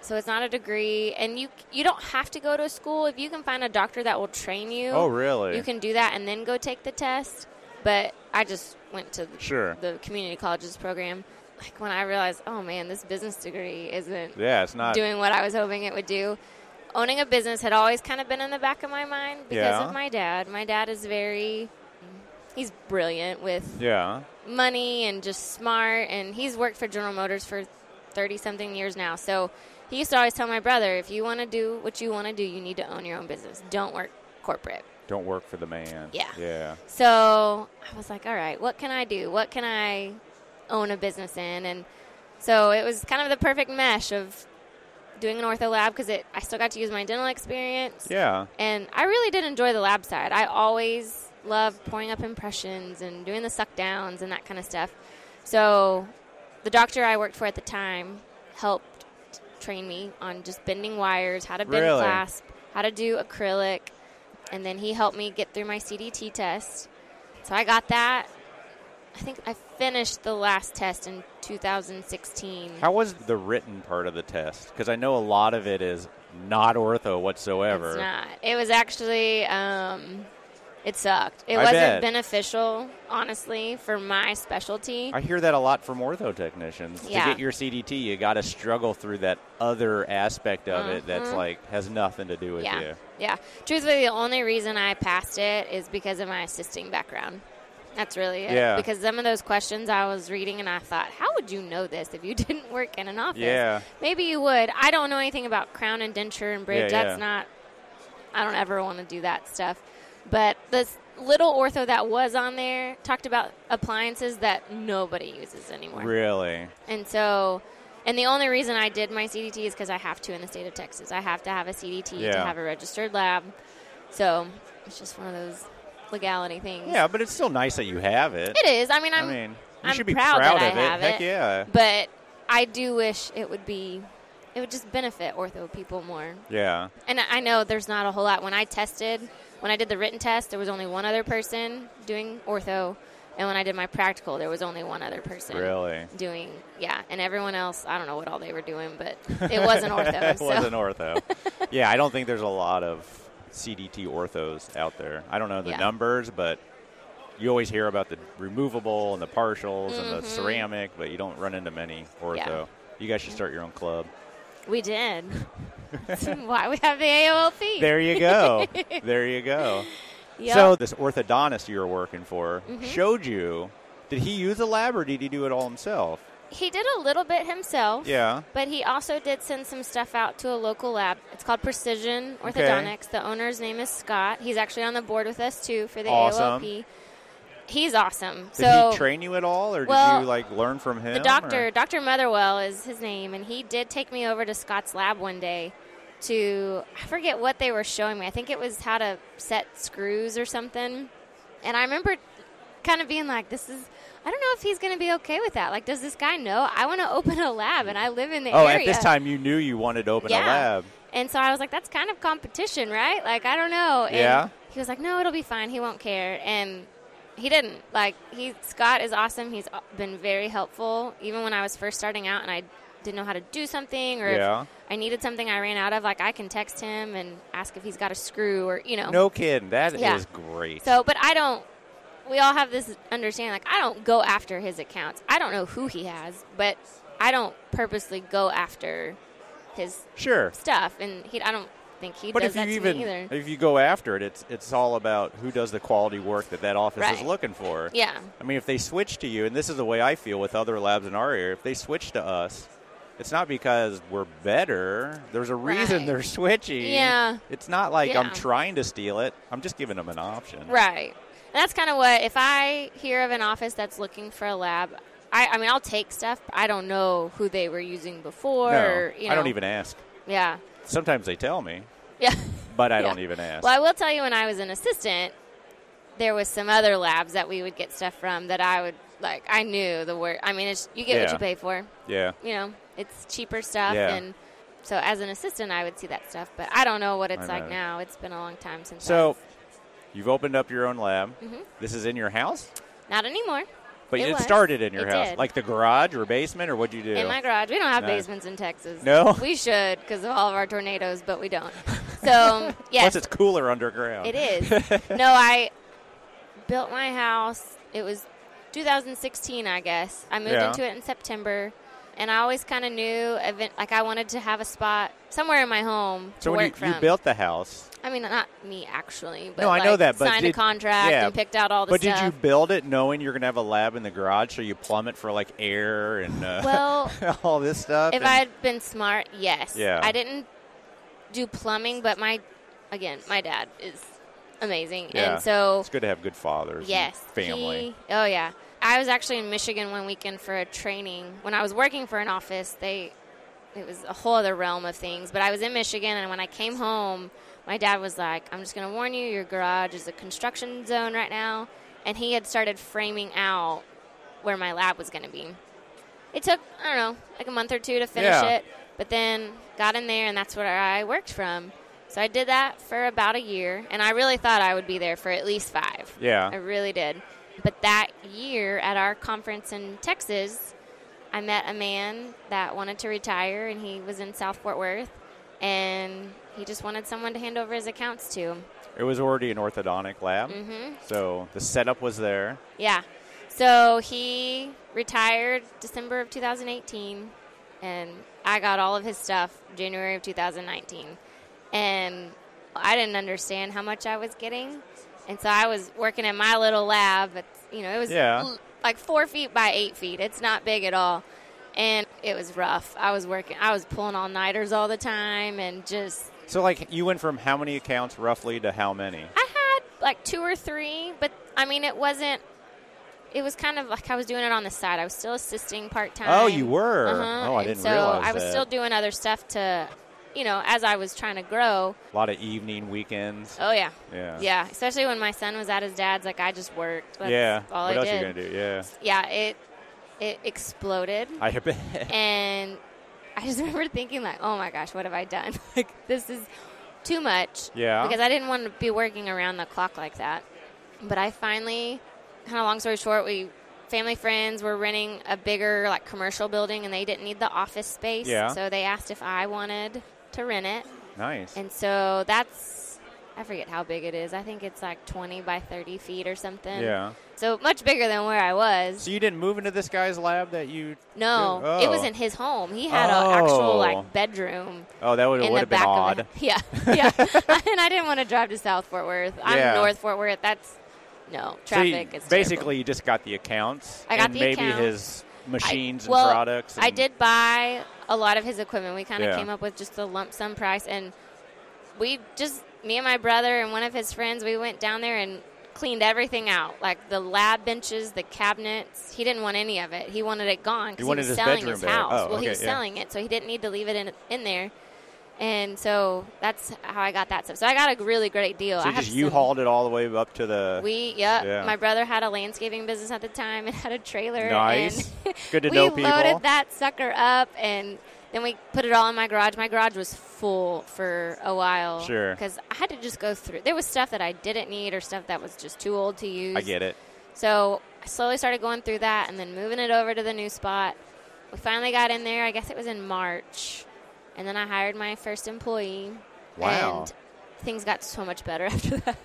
[SPEAKER 5] So it's not a degree, and you you don't have to go to school if you can find a doctor that will train you.
[SPEAKER 1] Oh, really?
[SPEAKER 5] You can do that and then go take the test. But I just went to the,
[SPEAKER 1] Sure.
[SPEAKER 5] the community colleges program. Like when I realized, oh man, this business degree isn't
[SPEAKER 1] Yeah, it's not.
[SPEAKER 5] doing what I was hoping it would do. Owning a business had always kind of been in the back of my mind because
[SPEAKER 1] Yeah.
[SPEAKER 5] of my dad. My dad is very, he's brilliant with
[SPEAKER 1] yeah.
[SPEAKER 5] money and just smart. And he's worked for General Motors for 30 something years now. So he used to always tell my brother if you want to do what you want to do, you need to own your own business. Don't work corporate.
[SPEAKER 1] Don't work for the man.
[SPEAKER 5] Yeah.
[SPEAKER 1] Yeah.
[SPEAKER 5] So I was like, all right, what can I do? What can I own a business in? And so it was kind of the perfect mesh of doing an ortho lab because I still got to use my dental experience.
[SPEAKER 1] Yeah.
[SPEAKER 5] And I really did enjoy the lab side. I always loved pouring up impressions and doing the suck downs and that kind of stuff. So the doctor I worked for at the time helped train me on just bending wires, how to bend
[SPEAKER 1] Really?
[SPEAKER 5] clasp, how to do acrylic, and then he helped me get through my CDT test. So I got that. I think I finished the last test in 2016.
[SPEAKER 1] How was the written part of the test? Because I know a lot of it is not ortho whatsoever.
[SPEAKER 5] It's not. It was actually. Um, it sucked. It
[SPEAKER 1] I
[SPEAKER 5] wasn't
[SPEAKER 1] bet.
[SPEAKER 5] beneficial, honestly, for my specialty.
[SPEAKER 1] I hear that a lot from ortho technicians.
[SPEAKER 5] Yeah.
[SPEAKER 1] To get your CDT, you got to struggle through that other aspect of it that's like has nothing to do with
[SPEAKER 5] Uh-huh. yeah,
[SPEAKER 1] you.
[SPEAKER 5] yeah. Truthfully, the only reason I passed it is because of my assisting background. That's really it.
[SPEAKER 1] Yeah.
[SPEAKER 5] Because some of those questions I was reading, and I thought, how would you know this if you [LAUGHS] didn't work in an office?
[SPEAKER 1] Yeah.
[SPEAKER 5] Maybe you would. I don't know anything about crown and denture and bridge.
[SPEAKER 1] Yeah,
[SPEAKER 5] That's
[SPEAKER 1] yeah.
[SPEAKER 5] not. I don't ever want to do that stuff. But this little ortho that was on there talked about appliances that nobody uses anymore.
[SPEAKER 1] Really?
[SPEAKER 5] And so, and the only reason I did my CDT is because I have to in the state of Texas. I have to have a CDT to
[SPEAKER 1] Yeah.
[SPEAKER 5] have a registered lab. So it's just one of those legality things.
[SPEAKER 1] Yeah, but it's still nice that you have it.
[SPEAKER 5] It is. I mean,
[SPEAKER 1] I
[SPEAKER 5] I'm,
[SPEAKER 1] mean, you
[SPEAKER 5] I'm
[SPEAKER 1] should be
[SPEAKER 5] proud,
[SPEAKER 1] proud
[SPEAKER 5] that
[SPEAKER 1] of
[SPEAKER 5] I
[SPEAKER 1] it.
[SPEAKER 5] have
[SPEAKER 1] Heck
[SPEAKER 5] it.
[SPEAKER 1] yeah.
[SPEAKER 5] But I do wish it would be, it would just benefit ortho people more. [LAUGHS]
[SPEAKER 1] Yeah.
[SPEAKER 5] And I I know there's not a whole lot. When I tested, when I did the written test, there was only one other person doing ortho. And when I did my practical, there was only one other person
[SPEAKER 1] Really?
[SPEAKER 5] doing, yeah. And everyone else, I don't know what all they were doing,
[SPEAKER 1] [LAUGHS]
[SPEAKER 5] but it wasn't ortho.
[SPEAKER 1] it
[SPEAKER 5] so.
[SPEAKER 1] wasn't
[SPEAKER 5] [LAUGHS]
[SPEAKER 1] ortho. yeah, I don't think there's a lot of CDT orthos out there. I don't know the
[SPEAKER 5] Yeah.
[SPEAKER 1] numbers, but you always hear about the removable and the partials and the ceramic, but you don't run into many ortho.
[SPEAKER 5] Mm-hmm. Yeah.
[SPEAKER 1] You guys should start your own
[SPEAKER 5] [LAUGHS]
[SPEAKER 1] club.
[SPEAKER 5] We did. [LAUGHS] That's why we have the AOLP.
[SPEAKER 1] There you
[SPEAKER 5] [LAUGHS]
[SPEAKER 1] go. there you go.
[SPEAKER 5] Yep. Mm-hmm.
[SPEAKER 1] So this orthodontist you were working for showed you. Did he use a lab or did he do it all himself?
[SPEAKER 5] he did a little bit himself.
[SPEAKER 1] Yeah.
[SPEAKER 5] But he also did send some stuff out to a local lab. It's called Precision
[SPEAKER 1] Okay.
[SPEAKER 5] Orthodontics. The owner's name is Scott. He's actually on the board with us too for the
[SPEAKER 1] Awesome.
[SPEAKER 5] AOLP. He's awesome.
[SPEAKER 1] Did
[SPEAKER 5] so
[SPEAKER 1] he train you at all, or did
[SPEAKER 5] well,
[SPEAKER 1] you like learn from him?
[SPEAKER 5] the
[SPEAKER 1] or-
[SPEAKER 5] doctor, Dr. Motherwell is his name, and he did take me over to Scott's lab one day to I forget what they were showing me. I think it was how to set screws or something. And I remember kind of being like, "This is." I don't know if he's going to be okay with that. Like, does this guy know I want to open a lab and I live in the
[SPEAKER 1] Oh,
[SPEAKER 5] area?
[SPEAKER 1] at this time you knew you wanted to open a lab.
[SPEAKER 5] And so I was like, that's kind of competition, right? Like, I don't know. And
[SPEAKER 1] Yeah.
[SPEAKER 5] He was like, no, it'll be fine. He won't care. And he didn't. Like, he Scott is awesome. He's uh, been very helpful. Even when I was first starting out and I didn't know how to do something or
[SPEAKER 1] Yeah.
[SPEAKER 5] if I needed something I ran out of, like, I can text him and ask if he's got a screw or, you know.
[SPEAKER 1] No kidding. that is
[SPEAKER 5] Oh. Yeah.
[SPEAKER 1] great.
[SPEAKER 5] So, but I don't. We all have this understanding. Like, I don't go after his accounts. I don't know who he has, but I don't purposely go after his
[SPEAKER 1] sure.
[SPEAKER 5] stuff, and he I don't think he
[SPEAKER 1] But
[SPEAKER 5] does
[SPEAKER 1] if you
[SPEAKER 5] that to
[SPEAKER 1] even
[SPEAKER 5] me either.
[SPEAKER 1] if you go after it, it's it's all about who does the quality work that that office is
[SPEAKER 5] Right.
[SPEAKER 1] looking for.
[SPEAKER 5] Yeah.
[SPEAKER 1] I mean, if they switch to you, and this is the way I feel with other labs in our area, if they switch to us, it's not because we're better. There's a reason
[SPEAKER 5] Right.
[SPEAKER 1] they're switching.
[SPEAKER 5] Yeah.
[SPEAKER 1] It's not like I'm
[SPEAKER 5] Yeah.
[SPEAKER 1] trying to steal it. I'm just giving them an option.
[SPEAKER 5] right. And that's kind of what if I hear of an office that's looking for a lab. I, I mean, I'll take stuff. but I don't know who they were using before.
[SPEAKER 1] No,
[SPEAKER 5] or, you
[SPEAKER 1] I don't
[SPEAKER 5] know.
[SPEAKER 1] even ask.
[SPEAKER 5] Yeah,
[SPEAKER 1] Sometimes they tell me,
[SPEAKER 5] yeah.
[SPEAKER 1] but I
[SPEAKER 5] Yeah.
[SPEAKER 1] don't even ask.
[SPEAKER 5] Well, I will tell you, when I was an assistant, there was some other labs that we would get stuff from that I would like. I knew the word. I mean, it's, you get
[SPEAKER 1] Yeah.
[SPEAKER 5] what you pay for.
[SPEAKER 1] yeah.
[SPEAKER 5] you know, it's cheaper stuff.
[SPEAKER 1] Yeah.
[SPEAKER 5] And so as an assistant, I would see that stuff. But I don't know what it's
[SPEAKER 1] I know.
[SPEAKER 5] like now. It's been a long time since.
[SPEAKER 1] So,
[SPEAKER 5] I've-
[SPEAKER 1] you've opened up your own lab. This is in your house,
[SPEAKER 5] not anymore.
[SPEAKER 1] but you
[SPEAKER 5] Mm-hmm. It
[SPEAKER 1] didn't
[SPEAKER 5] was.
[SPEAKER 1] start it in your
[SPEAKER 5] It
[SPEAKER 1] house,
[SPEAKER 5] did.
[SPEAKER 1] like the garage or basement, or what'd you do?
[SPEAKER 5] In my garage, we don't have
[SPEAKER 1] No.
[SPEAKER 5] basements in Texas.
[SPEAKER 1] No?
[SPEAKER 5] [LAUGHS] we should because of all of our tornadoes,
[SPEAKER 1] [LAUGHS]
[SPEAKER 5] but we don't. So um, yes,
[SPEAKER 1] Plus, it's cooler underground.
[SPEAKER 5] it is. no, I built my house. It was 2016, I guess. I moved
[SPEAKER 1] Yeah.
[SPEAKER 5] into it in September, and I always kind of knew event like I wanted to have a spot somewhere in my home
[SPEAKER 1] So
[SPEAKER 5] to
[SPEAKER 1] when you,
[SPEAKER 5] work
[SPEAKER 1] you
[SPEAKER 5] from.
[SPEAKER 1] built the house,
[SPEAKER 5] I mean, not me actually, but
[SPEAKER 1] No, I know
[SPEAKER 5] like,
[SPEAKER 1] that, but
[SPEAKER 5] signed
[SPEAKER 1] did-
[SPEAKER 5] a contract
[SPEAKER 1] yeah.
[SPEAKER 5] and picked out all the
[SPEAKER 1] but
[SPEAKER 5] stuff.
[SPEAKER 1] did you [LAUGHS] build it knowing you're gonna have a lab in the garage, so you plumb it for like air and uh,
[SPEAKER 5] Well,
[SPEAKER 1] [LAUGHS] all this stuff?
[SPEAKER 5] If I had been smart, yes.
[SPEAKER 1] Yeah.
[SPEAKER 5] I didn't do plumbing, but my, again, my dad is amazing,
[SPEAKER 1] Yeah.
[SPEAKER 5] and so
[SPEAKER 1] it's good to have good fathers, and
[SPEAKER 5] yes,
[SPEAKER 1] family.
[SPEAKER 5] he- oh yeah, I was actually in Michigan one weekend for a training. When I was working for an office, they, it was a whole other realm of things. But I was in Michigan, and when I came home, my dad was like, "I'm just going to warn you, your garage is a construction zone right now," and he had started framing out where my lab was going to be. It took I don't know like a month or two to finish
[SPEAKER 1] Yeah.
[SPEAKER 5] it, but then got in there, and that's where I worked from. So I did that for about a year, and I really thought I would be there for at least five.
[SPEAKER 1] Yeah.
[SPEAKER 5] I really did. But that year at our conference in Texas, I met a man that wanted to retire, and he was in South Fort Worth, and he just wanted someone to hand over his accounts to.
[SPEAKER 1] It was already an orthodontic lab, mm-hmm. so the setup was there.
[SPEAKER 5] Yeah. So he retired December of 2018, and I got all of his stuff January of 2019. And I didn't understand how much I was getting. And so I was working in my little lab. It's, you know, it was
[SPEAKER 1] Yeah.
[SPEAKER 5] l- like four feet by eight feet. It's not big at all. And it was rough. I was working, I was pulling all nighters all the time and just
[SPEAKER 1] So, like, you went from how many accounts roughly to how many?
[SPEAKER 5] I had like two or three, but I mean, it wasn't. It was kind of like I was doing it on the side. I was still assisting part time.
[SPEAKER 1] Oh, you were.
[SPEAKER 5] Uh-huh.
[SPEAKER 1] Oh, I
[SPEAKER 5] and
[SPEAKER 1] didn't
[SPEAKER 5] so
[SPEAKER 1] realize
[SPEAKER 5] I was
[SPEAKER 1] that.
[SPEAKER 5] still doing other stuff to, you know, as I was trying to grow.
[SPEAKER 1] A lot of evening weekends.
[SPEAKER 5] Oh yeah.
[SPEAKER 1] Yeah.
[SPEAKER 5] Yeah. Especially when my son was at his dad's, like I just worked. That's
[SPEAKER 1] yeah.
[SPEAKER 5] All
[SPEAKER 1] what
[SPEAKER 5] I
[SPEAKER 1] else
[SPEAKER 5] did.
[SPEAKER 1] you gonna do? Yeah. [LAUGHS]
[SPEAKER 5] Yeah. It it exploded,
[SPEAKER 1] I bet.
[SPEAKER 5] and I just [LAUGHS] remember thinking like, oh my gosh, what have I done? [LAUGHS] like this is too much.
[SPEAKER 1] Yeah.
[SPEAKER 5] Because I didn't want to be working around the clock like that. But I finally, kind of long story short, we family friends were renting a bigger like commercial building, and they didn't need the office space.
[SPEAKER 1] Yeah.
[SPEAKER 5] So they asked if I wanted to rent it,
[SPEAKER 1] nice.
[SPEAKER 5] and so that's I forget how big it is. I think it's like twenty by thirty feet or something.
[SPEAKER 1] Yeah.
[SPEAKER 5] So much bigger than where I was.
[SPEAKER 1] So you didn't move into this guy's lab that you?
[SPEAKER 5] no,
[SPEAKER 1] Oh.
[SPEAKER 5] it was in his home. He had an
[SPEAKER 1] Oh.
[SPEAKER 5] actual like bedroom
[SPEAKER 1] Oh, that would
[SPEAKER 5] in
[SPEAKER 1] would have
[SPEAKER 5] the
[SPEAKER 1] been
[SPEAKER 5] back
[SPEAKER 1] odd.
[SPEAKER 5] of
[SPEAKER 1] [LAUGHS]
[SPEAKER 5] the, [LAUGHS] yeah yeah and i didn't want to drive to south fort worth i'm
[SPEAKER 1] Yeah.
[SPEAKER 5] north fort worth that's no
[SPEAKER 1] So you-
[SPEAKER 5] traffic is
[SPEAKER 1] basically
[SPEAKER 5] terrible.
[SPEAKER 1] you just got the accounts
[SPEAKER 5] I got
[SPEAKER 1] and
[SPEAKER 5] the
[SPEAKER 1] maybe
[SPEAKER 5] accounts.
[SPEAKER 1] his machines
[SPEAKER 5] I, well,
[SPEAKER 1] and products.
[SPEAKER 5] i
[SPEAKER 1] and-
[SPEAKER 5] did buy a lot of his equipment we kind of
[SPEAKER 1] Yeah.
[SPEAKER 5] came up with just a lump sum price and we just me and my brother and one of his friends we went down there and cleaned everything out like the lab benches the cabinets he didn't want any of it he wanted it gone
[SPEAKER 1] He
[SPEAKER 5] because he,
[SPEAKER 1] wanted
[SPEAKER 5] was
[SPEAKER 1] his
[SPEAKER 5] selling
[SPEAKER 1] bedroom
[SPEAKER 5] his
[SPEAKER 1] back.
[SPEAKER 5] house
[SPEAKER 1] Oh,
[SPEAKER 5] well
[SPEAKER 1] okay,
[SPEAKER 5] he was
[SPEAKER 1] yeah.
[SPEAKER 5] selling it so he didn't need to leave it in, in there and so that's how I got that stuff. So I got a really great deal.
[SPEAKER 1] So
[SPEAKER 5] I
[SPEAKER 1] you just
[SPEAKER 5] have
[SPEAKER 1] you
[SPEAKER 5] some-
[SPEAKER 1] hauled it all the way up to the.
[SPEAKER 5] we yep.
[SPEAKER 1] Yeah.
[SPEAKER 5] My brother had a landscaping business at the time and had a trailer. [LAUGHS]
[SPEAKER 1] Nice.
[SPEAKER 5] And
[SPEAKER 1] Good to
[SPEAKER 5] we
[SPEAKER 1] know people.
[SPEAKER 5] loaded that sucker up and then we put it all in my garage. My garage was full for a while.
[SPEAKER 1] Sure.
[SPEAKER 5] Because I had to just go through. There was stuff that I didn't need or stuff that was just too old to use.
[SPEAKER 1] I get it.
[SPEAKER 5] So I slowly started going through that and then moving it over to the new spot. We finally got in there. I guess it was in March. And then I hired my first employee.
[SPEAKER 1] Wow.
[SPEAKER 5] And things got so much better [LAUGHS] after that.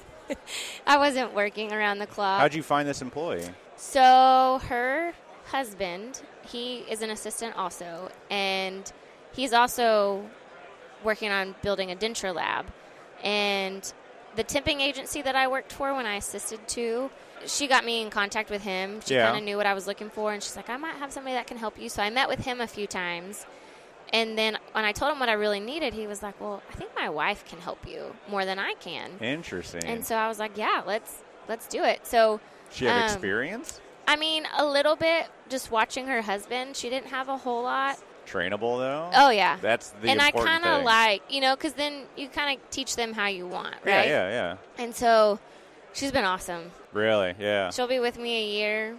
[SPEAKER 5] I wasn't working around the clock.
[SPEAKER 1] How'd you find this employee?
[SPEAKER 5] So her husband, he is an assistant also, and he's also working on building a denture lab. And the tipping agency that I worked for when I assisted to, she got me in contact with him. She
[SPEAKER 1] Yeah.
[SPEAKER 5] kind of knew what I was looking for, and she's like, I might have somebody that can help you. So I met with him a few times. And then when I told him what I really needed, he was like, Well, I think my wife can help you more than I can.
[SPEAKER 1] Interesting.
[SPEAKER 5] And so I was like, Yeah, let's let's do it. So
[SPEAKER 1] she had
[SPEAKER 5] um,
[SPEAKER 1] experience,
[SPEAKER 5] I mean, a little bit just watching her husband. She didn't have a whole lot.
[SPEAKER 1] trainable though.
[SPEAKER 5] Oh, yeah.
[SPEAKER 1] that's the
[SPEAKER 5] and I
[SPEAKER 1] important
[SPEAKER 5] kind of
[SPEAKER 1] thing.
[SPEAKER 5] like, you know, because then you kind of teach them how you want,
[SPEAKER 1] Yeah,
[SPEAKER 5] right?
[SPEAKER 1] yeah, yeah.
[SPEAKER 5] And so she's been awesome.
[SPEAKER 1] Really, yeah.
[SPEAKER 5] She'll be with me a year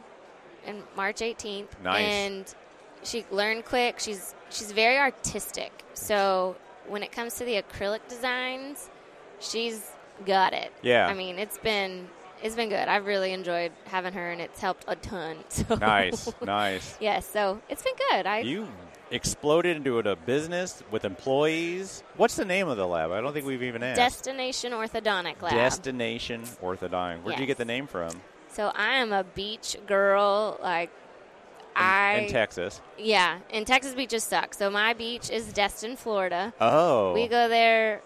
[SPEAKER 5] in March 18th.
[SPEAKER 1] Nice.
[SPEAKER 5] And she learned quick. She's she's very artistic. So when it comes to the acrylic designs, she's got it.
[SPEAKER 1] Yeah.
[SPEAKER 5] I mean, it's been it's been good. I've really enjoyed having her and it's helped a ton. [LAUGHS] So
[SPEAKER 1] Nice, nice.
[SPEAKER 5] Yes, so it's been good. I
[SPEAKER 1] You exploded into a business with employees. What's the name of the lab? I don't think we've even asked.
[SPEAKER 5] Destination Orthodontic Lab.
[SPEAKER 1] Destination Orthodontic. Where'd you
[SPEAKER 5] Yes.
[SPEAKER 1] get the name from? In-
[SPEAKER 5] so I am a beach girl. Like, I.
[SPEAKER 1] in Texas.
[SPEAKER 5] Yeah, and Texas beaches suck. So my beach is Destin, Florida.
[SPEAKER 1] Oh,
[SPEAKER 5] We go there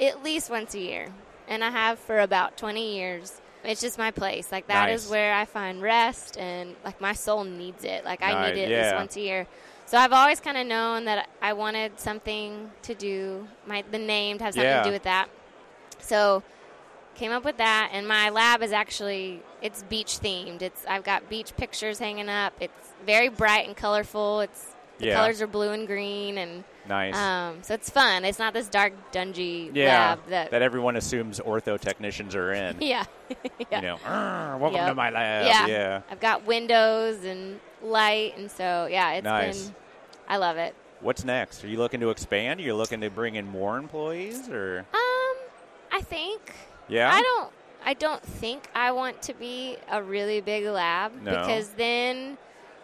[SPEAKER 5] at least once a year, and I have for about 20 years. It's just my place. Like that is
[SPEAKER 1] Nice.
[SPEAKER 5] where I find rest, and like my soul needs it. Like I
[SPEAKER 1] Nice,
[SPEAKER 5] need it at
[SPEAKER 1] yeah.
[SPEAKER 5] least once a year. So I've always kind of known that I wanted something to do. My the name to have something
[SPEAKER 1] Yeah.
[SPEAKER 5] to do with that. So came up with that, and my lab is actually it's beach themed. It's I've got beach pictures hanging up. It's very bright and colorful. It's the
[SPEAKER 1] Yeah.
[SPEAKER 5] colors are blue and green and
[SPEAKER 1] nice.
[SPEAKER 5] um, so it's fun. It's not this dark, dungy
[SPEAKER 1] yeah,
[SPEAKER 5] lab that.
[SPEAKER 1] that everyone assumes ortho technicians are in.
[SPEAKER 5] [LAUGHS] yeah. [LAUGHS] yeah.
[SPEAKER 1] You know, "Arr, welcome
[SPEAKER 5] Yep.
[SPEAKER 1] to my lab.
[SPEAKER 5] yeah. I've got windows and light, and so, yeah, it's
[SPEAKER 1] Nice.
[SPEAKER 5] been. I love it.
[SPEAKER 1] What's next? Are you looking to expand? Are you looking to bring in more employees, or
[SPEAKER 5] Um, I think.
[SPEAKER 1] yeah?
[SPEAKER 5] I don't. I don't think I want to be a really big lab
[SPEAKER 1] No.
[SPEAKER 5] because then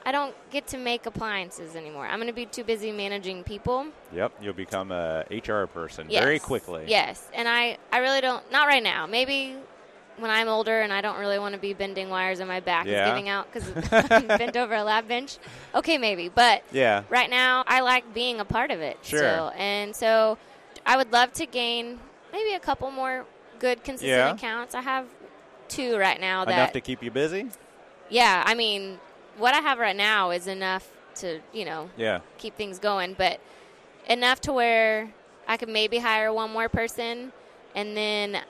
[SPEAKER 5] I don't get to make appliances anymore. I'm going to be too busy managing people.
[SPEAKER 1] Yep, you'll become a HR person
[SPEAKER 5] Yes.
[SPEAKER 1] very quickly.
[SPEAKER 5] Yes, and I, I really don't. Not right now. Maybe when I'm older and I don't really want to be bending wires and my back
[SPEAKER 1] Yeah.
[SPEAKER 5] is giving out
[SPEAKER 1] [LAUGHS]
[SPEAKER 5] because I'm bent over a lab bench. Okay, maybe. But
[SPEAKER 1] Yeah.
[SPEAKER 5] right now, I like being a part of it
[SPEAKER 1] Sure.
[SPEAKER 5] still, and so I would love to gain maybe a couple more good consistent
[SPEAKER 1] Yeah.
[SPEAKER 5] accounts. I have two right now that
[SPEAKER 1] Enough to keep you busy.
[SPEAKER 5] yeah. I mean, what I have right now is enough to you know
[SPEAKER 1] Yeah.
[SPEAKER 5] keep things going, but enough to where I could maybe hire one more person, and then,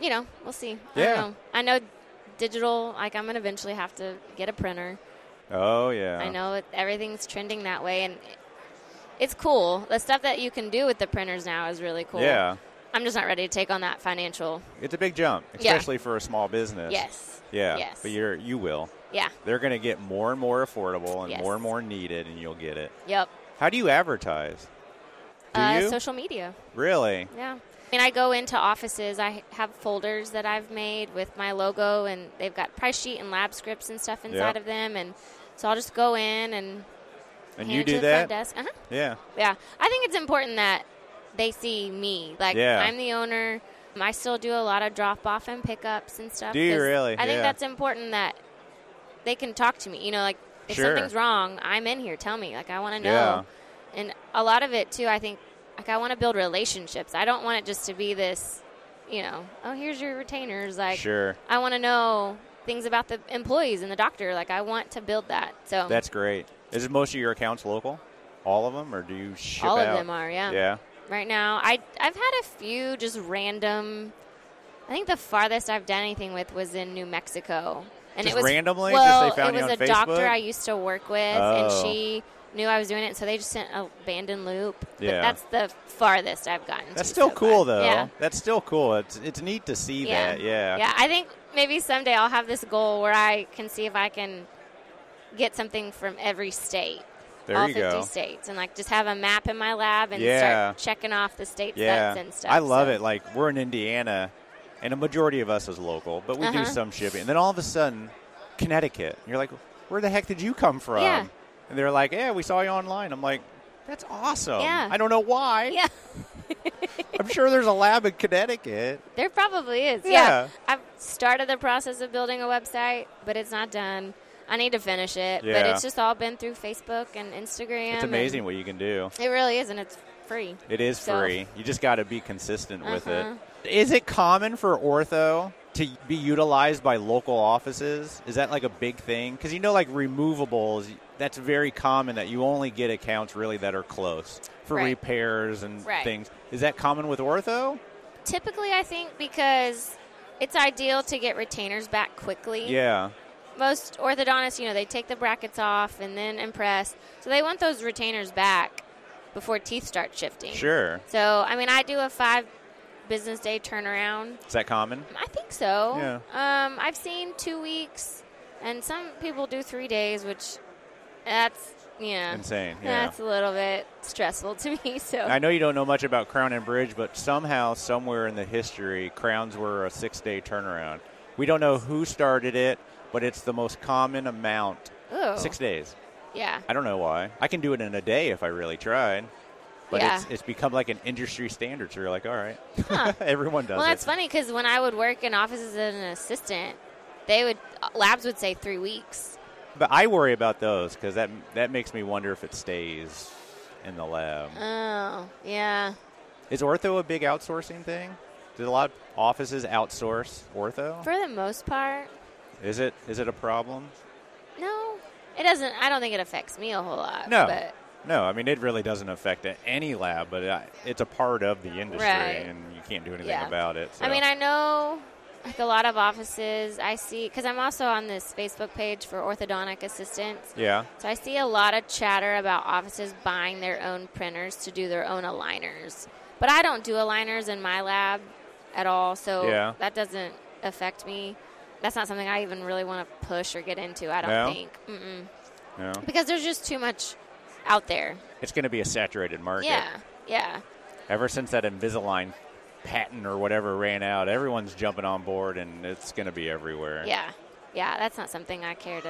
[SPEAKER 5] you know, we'll see.
[SPEAKER 1] Yeah.
[SPEAKER 5] I don't know. I know digital. Like I'm gonna eventually have to get a printer.
[SPEAKER 1] Oh yeah.
[SPEAKER 5] I know it, everything's trending that way, and it- it's cool. The stuff that you can do with the printers now is really cool.
[SPEAKER 1] Yeah.
[SPEAKER 5] I'm just not ready to take on that financial.
[SPEAKER 1] It's a big jump,
[SPEAKER 5] Yeah.
[SPEAKER 1] especially for a small business.
[SPEAKER 5] Yes.
[SPEAKER 1] Yeah.
[SPEAKER 5] Yes.
[SPEAKER 1] But you're you will.
[SPEAKER 5] Yeah.
[SPEAKER 1] They're going to get more and more affordable and
[SPEAKER 5] Yes.
[SPEAKER 1] more and more needed, and you'll get it.
[SPEAKER 5] Yep.
[SPEAKER 1] How do you advertise? Do
[SPEAKER 5] uh,
[SPEAKER 1] you
[SPEAKER 5] Social media.
[SPEAKER 1] really?
[SPEAKER 5] Yeah. I mean, I go into offices. I have folders that I've made with my logo, and they've got price sheet and lab scripts and stuff inside
[SPEAKER 1] Yep.
[SPEAKER 5] of them. And so I'll just go in and
[SPEAKER 1] And
[SPEAKER 5] hand
[SPEAKER 1] you
[SPEAKER 5] it to
[SPEAKER 1] do
[SPEAKER 5] the
[SPEAKER 1] that?
[SPEAKER 5] front desk. Uh-huh.
[SPEAKER 1] Yeah.
[SPEAKER 5] Yeah, I think it's important that they see me. Like
[SPEAKER 1] Yeah.
[SPEAKER 5] I'm the owner. I still do a lot of drop off and pickups and stuff.
[SPEAKER 1] Do you
[SPEAKER 5] 'cause
[SPEAKER 1] really?
[SPEAKER 5] I think
[SPEAKER 1] Yeah.
[SPEAKER 5] that's important that they can talk to me. You know, like if
[SPEAKER 1] Sure.
[SPEAKER 5] something's wrong, I'm in here. Tell me. Like I want to know.
[SPEAKER 1] Yeah.
[SPEAKER 5] And a lot of it too, I think. Like I want to build relationships. I don't want it just to be this. You know, oh here's your retainers. Like
[SPEAKER 1] Sure.
[SPEAKER 5] I want to know things about the employees and the doctor. Like I want to build that. So
[SPEAKER 1] That's great. Is most of your accounts local? All of them, or do you ship
[SPEAKER 5] all
[SPEAKER 1] out?
[SPEAKER 5] of them are.
[SPEAKER 1] Yeah.
[SPEAKER 5] right now. I I've had a few just random. I think the farthest I've done anything with was in New Mexico, and
[SPEAKER 1] Just
[SPEAKER 5] it was
[SPEAKER 1] randomly? Just
[SPEAKER 5] Well,
[SPEAKER 1] they found
[SPEAKER 5] it
[SPEAKER 1] you
[SPEAKER 5] was
[SPEAKER 1] on
[SPEAKER 5] a doctor
[SPEAKER 1] Facebook?
[SPEAKER 5] I used to work with,
[SPEAKER 1] Oh.
[SPEAKER 5] and she knew I was doing it, so they just sent a abandoned loop. But
[SPEAKER 1] Yeah.
[SPEAKER 5] that's the farthest I've gotten.
[SPEAKER 1] That's
[SPEAKER 5] to
[SPEAKER 1] still
[SPEAKER 5] so
[SPEAKER 1] cool,
[SPEAKER 5] far.
[SPEAKER 1] though.
[SPEAKER 5] Yeah.
[SPEAKER 1] That's still cool. It's it's neat to see
[SPEAKER 5] Yeah.
[SPEAKER 1] that. Yeah.
[SPEAKER 5] Yeah. I think maybe someday I'll have this goal where I can see if I can get something from every state.
[SPEAKER 1] There
[SPEAKER 5] all
[SPEAKER 1] you
[SPEAKER 5] 50
[SPEAKER 1] go.
[SPEAKER 5] states and like just have a map in my lab and
[SPEAKER 1] Yeah.
[SPEAKER 5] start checking off the states
[SPEAKER 1] Yeah.
[SPEAKER 5] that's in stuff.
[SPEAKER 1] I love
[SPEAKER 5] so.
[SPEAKER 1] it. Like we're in Indiana, and a majority of us is local, but we do
[SPEAKER 5] Uh-huh.
[SPEAKER 1] some shipping. And then all of a sudden, Connecticut. And you're like, where the heck did you come from?
[SPEAKER 5] Yeah.
[SPEAKER 1] And they're like, yeah, we saw you online. I'm like, that's awesome.
[SPEAKER 5] Yeah.
[SPEAKER 1] I don't know why.
[SPEAKER 5] [LAUGHS] Yeah,
[SPEAKER 1] I'm sure there's a lab in Connecticut.
[SPEAKER 5] there probably is. Yeah.
[SPEAKER 1] Yeah.
[SPEAKER 5] I've started the process of building a website, but it's not done. I need to finish it, but
[SPEAKER 1] Yeah.
[SPEAKER 5] it's just all been through Facebook and Instagram.
[SPEAKER 1] It's
[SPEAKER 5] and
[SPEAKER 1] amazing what you can do.
[SPEAKER 5] It really is, and it's free.
[SPEAKER 1] It is
[SPEAKER 5] So-
[SPEAKER 1] free. You just got to be consistent with
[SPEAKER 5] Uh-huh.
[SPEAKER 1] it. Is it common for ortho to be utilized by local offices? Is that like a big thing? Because you know, like removables, that's very common that you only get accounts really that are close for
[SPEAKER 5] Right.
[SPEAKER 1] repairs and
[SPEAKER 5] Right.
[SPEAKER 1] things. Is that common with ortho?
[SPEAKER 5] Typically, I think because it's ideal to get retainers back quickly.
[SPEAKER 1] Yeah.
[SPEAKER 5] most orthodontists, you know, they take the brackets off and then impress. So they want those retainers back before teeth start shifting.
[SPEAKER 1] Sure.
[SPEAKER 5] So, I mean, I do a five business day turnaround.
[SPEAKER 1] Is that common?
[SPEAKER 5] I think so.
[SPEAKER 1] Yeah.
[SPEAKER 5] Um, I've seen two weeks, and some people do three days, which that's, yeah.
[SPEAKER 1] Insane, yeah.
[SPEAKER 5] That's a little bit stressful to me. So,
[SPEAKER 1] I know you don't know much about Crown and Bridge, but somehow, somewhere in the history, crowns were a six day turnaround. We don't know who started it, but it's the most common amount.
[SPEAKER 5] Ooh.
[SPEAKER 1] Six days.
[SPEAKER 5] Yeah.
[SPEAKER 1] I don't know why. I can do it in a day if I really tried. But
[SPEAKER 5] Yeah.
[SPEAKER 1] it's, it's become like an industry standard. So you're like, all right,
[SPEAKER 5] Huh.
[SPEAKER 1] [LAUGHS] everyone does
[SPEAKER 5] Well,
[SPEAKER 1] it.
[SPEAKER 5] that's funny because when I would work in offices as an assistant, they would uh, labs would say three weeks.
[SPEAKER 1] But I worry about those because that that makes me wonder if it stays in the lab.
[SPEAKER 5] Oh, yeah.
[SPEAKER 1] Is ortho a big outsourcing thing? Did a lot of offices outsource ortho?
[SPEAKER 5] For the most part,
[SPEAKER 1] Is it is it a problem?
[SPEAKER 5] no, it doesn't. I don't think it affects me a whole lot.
[SPEAKER 1] No,
[SPEAKER 5] Uh, but
[SPEAKER 1] no. I mean, it really doesn't affect a- any lab, but I- it's a part of the industry,
[SPEAKER 5] Right.
[SPEAKER 1] and you can't do anything
[SPEAKER 5] Yeah.
[SPEAKER 1] about it.
[SPEAKER 5] I
[SPEAKER 1] so.
[SPEAKER 5] mean, I know like a lot of offices. I see because I'm also on this Facebook page for orthodontic assistants.
[SPEAKER 1] yeah,
[SPEAKER 5] So I see a lot of chatter about offices buying their own printers to do their own aligners. But I don't do aligners in my lab at all, so
[SPEAKER 1] Yeah.
[SPEAKER 5] that doesn't affect me. That's not something I even really want to push or get into, I don't
[SPEAKER 1] No?
[SPEAKER 5] think. Mm-mm.
[SPEAKER 1] no.
[SPEAKER 5] Because there's just too much out there.
[SPEAKER 1] It's going to be a saturated market.
[SPEAKER 5] Yeah, yeah.
[SPEAKER 1] Ever since that Invisalign patent or whatever ran out, everyone's jumping on board, and it's going to be everywhere.
[SPEAKER 5] Yeah, yeah. That's not something I care to.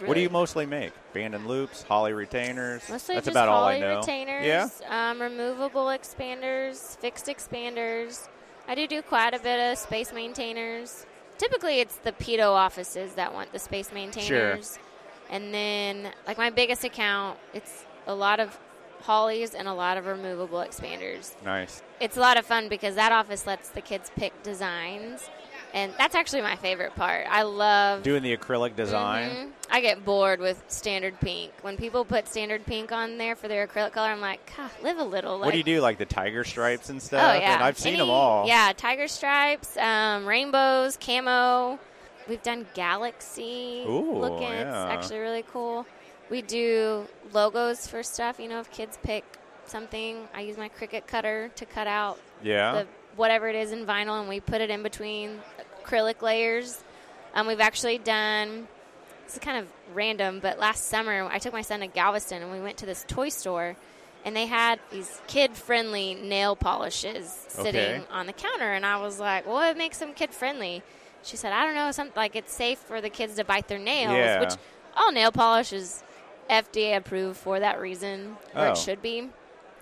[SPEAKER 5] Really
[SPEAKER 1] What do you mostly make? Band and loops, Holly retainers.
[SPEAKER 5] Mostly
[SPEAKER 1] That's
[SPEAKER 5] just
[SPEAKER 1] about all
[SPEAKER 5] Holley
[SPEAKER 1] I know.
[SPEAKER 5] retainers,
[SPEAKER 1] Yeah.
[SPEAKER 5] um, removable expanders, fixed expanders. I do do quite a bit of space maintainers. Typically, it's the pedo offices that want the space maintainers. And then, like my biggest account, it's a lot of hollies and a lot of removable expanders.
[SPEAKER 1] Nice.
[SPEAKER 5] It's a lot of fun because that office lets the kids pick designs. And that's actually my favorite part. I love
[SPEAKER 1] Doing the acrylic design.
[SPEAKER 5] Mhm. I get bored with standard pink. When people put standard pink on there for their acrylic color, I'm like, God, live a little. Like,
[SPEAKER 1] What do you do? Like the tiger stripes and
[SPEAKER 5] Oh
[SPEAKER 1] stuff?
[SPEAKER 5] yeah,
[SPEAKER 1] And I've seen
[SPEAKER 5] Any-
[SPEAKER 1] them all.
[SPEAKER 5] Yeah, tiger stripes, um, rainbows, camo. We've done galaxy.
[SPEAKER 1] Ooh,
[SPEAKER 5] looking.
[SPEAKER 1] yeah.
[SPEAKER 5] It's actually really cool. We do logos for stuff. You know, if kids pick something, I use my Cricut cutter to cut out
[SPEAKER 1] Yeah.
[SPEAKER 5] the whatever it is in vinyl and we put it in between acrylic layers. Um, we've actually done this is kind of random, but last summer I took my son to Galveston and we went to this toy store and they had these kid friendly nail polishes sitting
[SPEAKER 1] Okay.
[SPEAKER 5] on the counter and I was like, Well, it makes them kid friendly. She said, I don't know, something like it's safe for the kids to bite their nails,
[SPEAKER 1] Yeah.
[SPEAKER 5] which all Oh, nail polish is FDA approved for that reason, or
[SPEAKER 1] Oh.
[SPEAKER 5] it should be.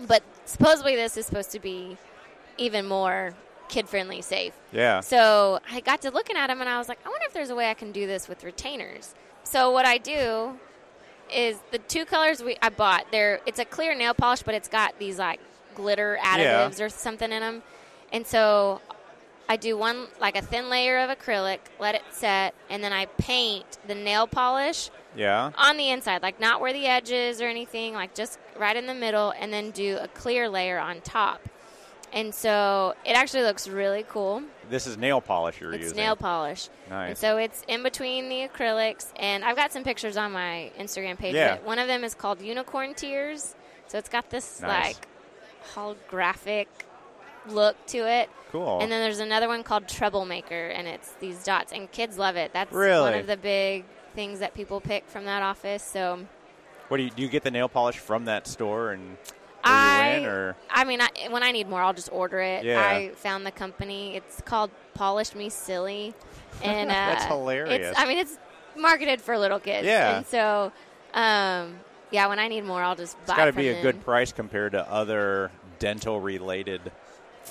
[SPEAKER 5] But supposedly this is supposed to be even more kid friendly safe.
[SPEAKER 1] yeah.
[SPEAKER 5] So I got to looking at them and I was like, I wonder if there's a way I can do this with retainers. So what I do is the two colors we I bought, they're it's a clear nail polish, but it's got these like glitter
[SPEAKER 1] Yeah.
[SPEAKER 5] additives or something in them. And so I do one like a thin layer of acrylic, let it set, and then I paint the nail polish
[SPEAKER 1] yeah.
[SPEAKER 5] on the inside, like not where the edge is or anything, like just right in the middle, and then do a clear layer on top. And so it actually looks really cool.
[SPEAKER 1] This is nail polish you're
[SPEAKER 5] it's
[SPEAKER 1] using.
[SPEAKER 5] nail polish. And
[SPEAKER 1] Nice.
[SPEAKER 5] so it's in between the acrylics, and I've got some pictures on my Instagram page.
[SPEAKER 1] Yeah.
[SPEAKER 5] but One of them is called Unicorn Tears. So it's got this
[SPEAKER 1] Nice.
[SPEAKER 5] like holographic look to it.
[SPEAKER 1] Cool.
[SPEAKER 5] And then there's another one called Troublemaker, and it's these dots, and kids love it. That's one
[SPEAKER 1] Really?
[SPEAKER 5] of the big things that people pick from that office. So
[SPEAKER 1] what do you do? You get the nail polish from that store and or
[SPEAKER 5] I,
[SPEAKER 1] you win, or
[SPEAKER 5] I mean, I, when I need more, I'll just order it.
[SPEAKER 1] Yeah.
[SPEAKER 5] I found the company. It's called Polish Me
[SPEAKER 1] [LAUGHS]
[SPEAKER 5] Silly, and uh,
[SPEAKER 1] That's hilarious.
[SPEAKER 5] It's, I mean, it's marketed for little kids.
[SPEAKER 1] Yeah.
[SPEAKER 5] And so, um, yeah, when I need more, I'll just buy.
[SPEAKER 1] it's got to
[SPEAKER 5] from
[SPEAKER 1] be a
[SPEAKER 5] them.
[SPEAKER 1] good price compared to other dental related.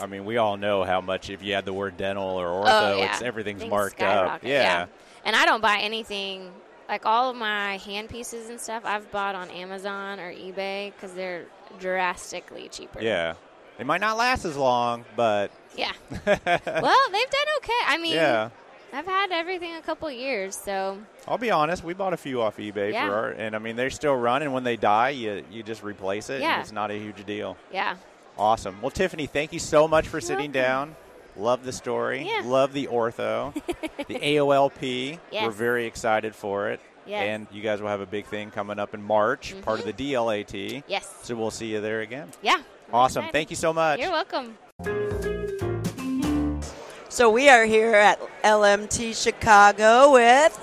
[SPEAKER 1] I mean, we all know how much if you add the word dental or ortho,
[SPEAKER 5] oh, yeah.
[SPEAKER 1] it's everything's
[SPEAKER 5] Things
[SPEAKER 1] marked up.
[SPEAKER 5] skyrocket, And I don't buy anything. Like all of my hand pieces and stuff, I've bought on Amazon or eBay because they're drastically cheaper.
[SPEAKER 1] yeah. Yeah. It might not last as long, but [LAUGHS]
[SPEAKER 5] Yeah. well, they've done okay. I mean,
[SPEAKER 1] yeah.
[SPEAKER 5] I've had everything a couple years, so
[SPEAKER 1] I'll be honest. We bought a few off eBay
[SPEAKER 5] Yeah.
[SPEAKER 1] for our, and I mean they're still running. When they die, you you just replace it. and
[SPEAKER 5] Yeah.
[SPEAKER 1] it's not a huge deal.
[SPEAKER 5] yeah.
[SPEAKER 1] Awesome. Well, Tiffany, thank you so much for sitting
[SPEAKER 5] welcome.
[SPEAKER 1] down. Love the story.
[SPEAKER 5] Yeah.
[SPEAKER 1] Love the
[SPEAKER 5] [LAUGHS]
[SPEAKER 1] ortho, the AOLP.
[SPEAKER 5] Yes.
[SPEAKER 1] We're very excited for it.
[SPEAKER 5] Yes. Mm-hmm.
[SPEAKER 1] And you guys will have a big thing coming up in March, part of the DLAT.
[SPEAKER 5] Yes.
[SPEAKER 1] So we'll see you there again.
[SPEAKER 5] Yeah.
[SPEAKER 1] Awesome. Thank you so much.
[SPEAKER 5] You're welcome.
[SPEAKER 6] So we are here at LMT Chicago with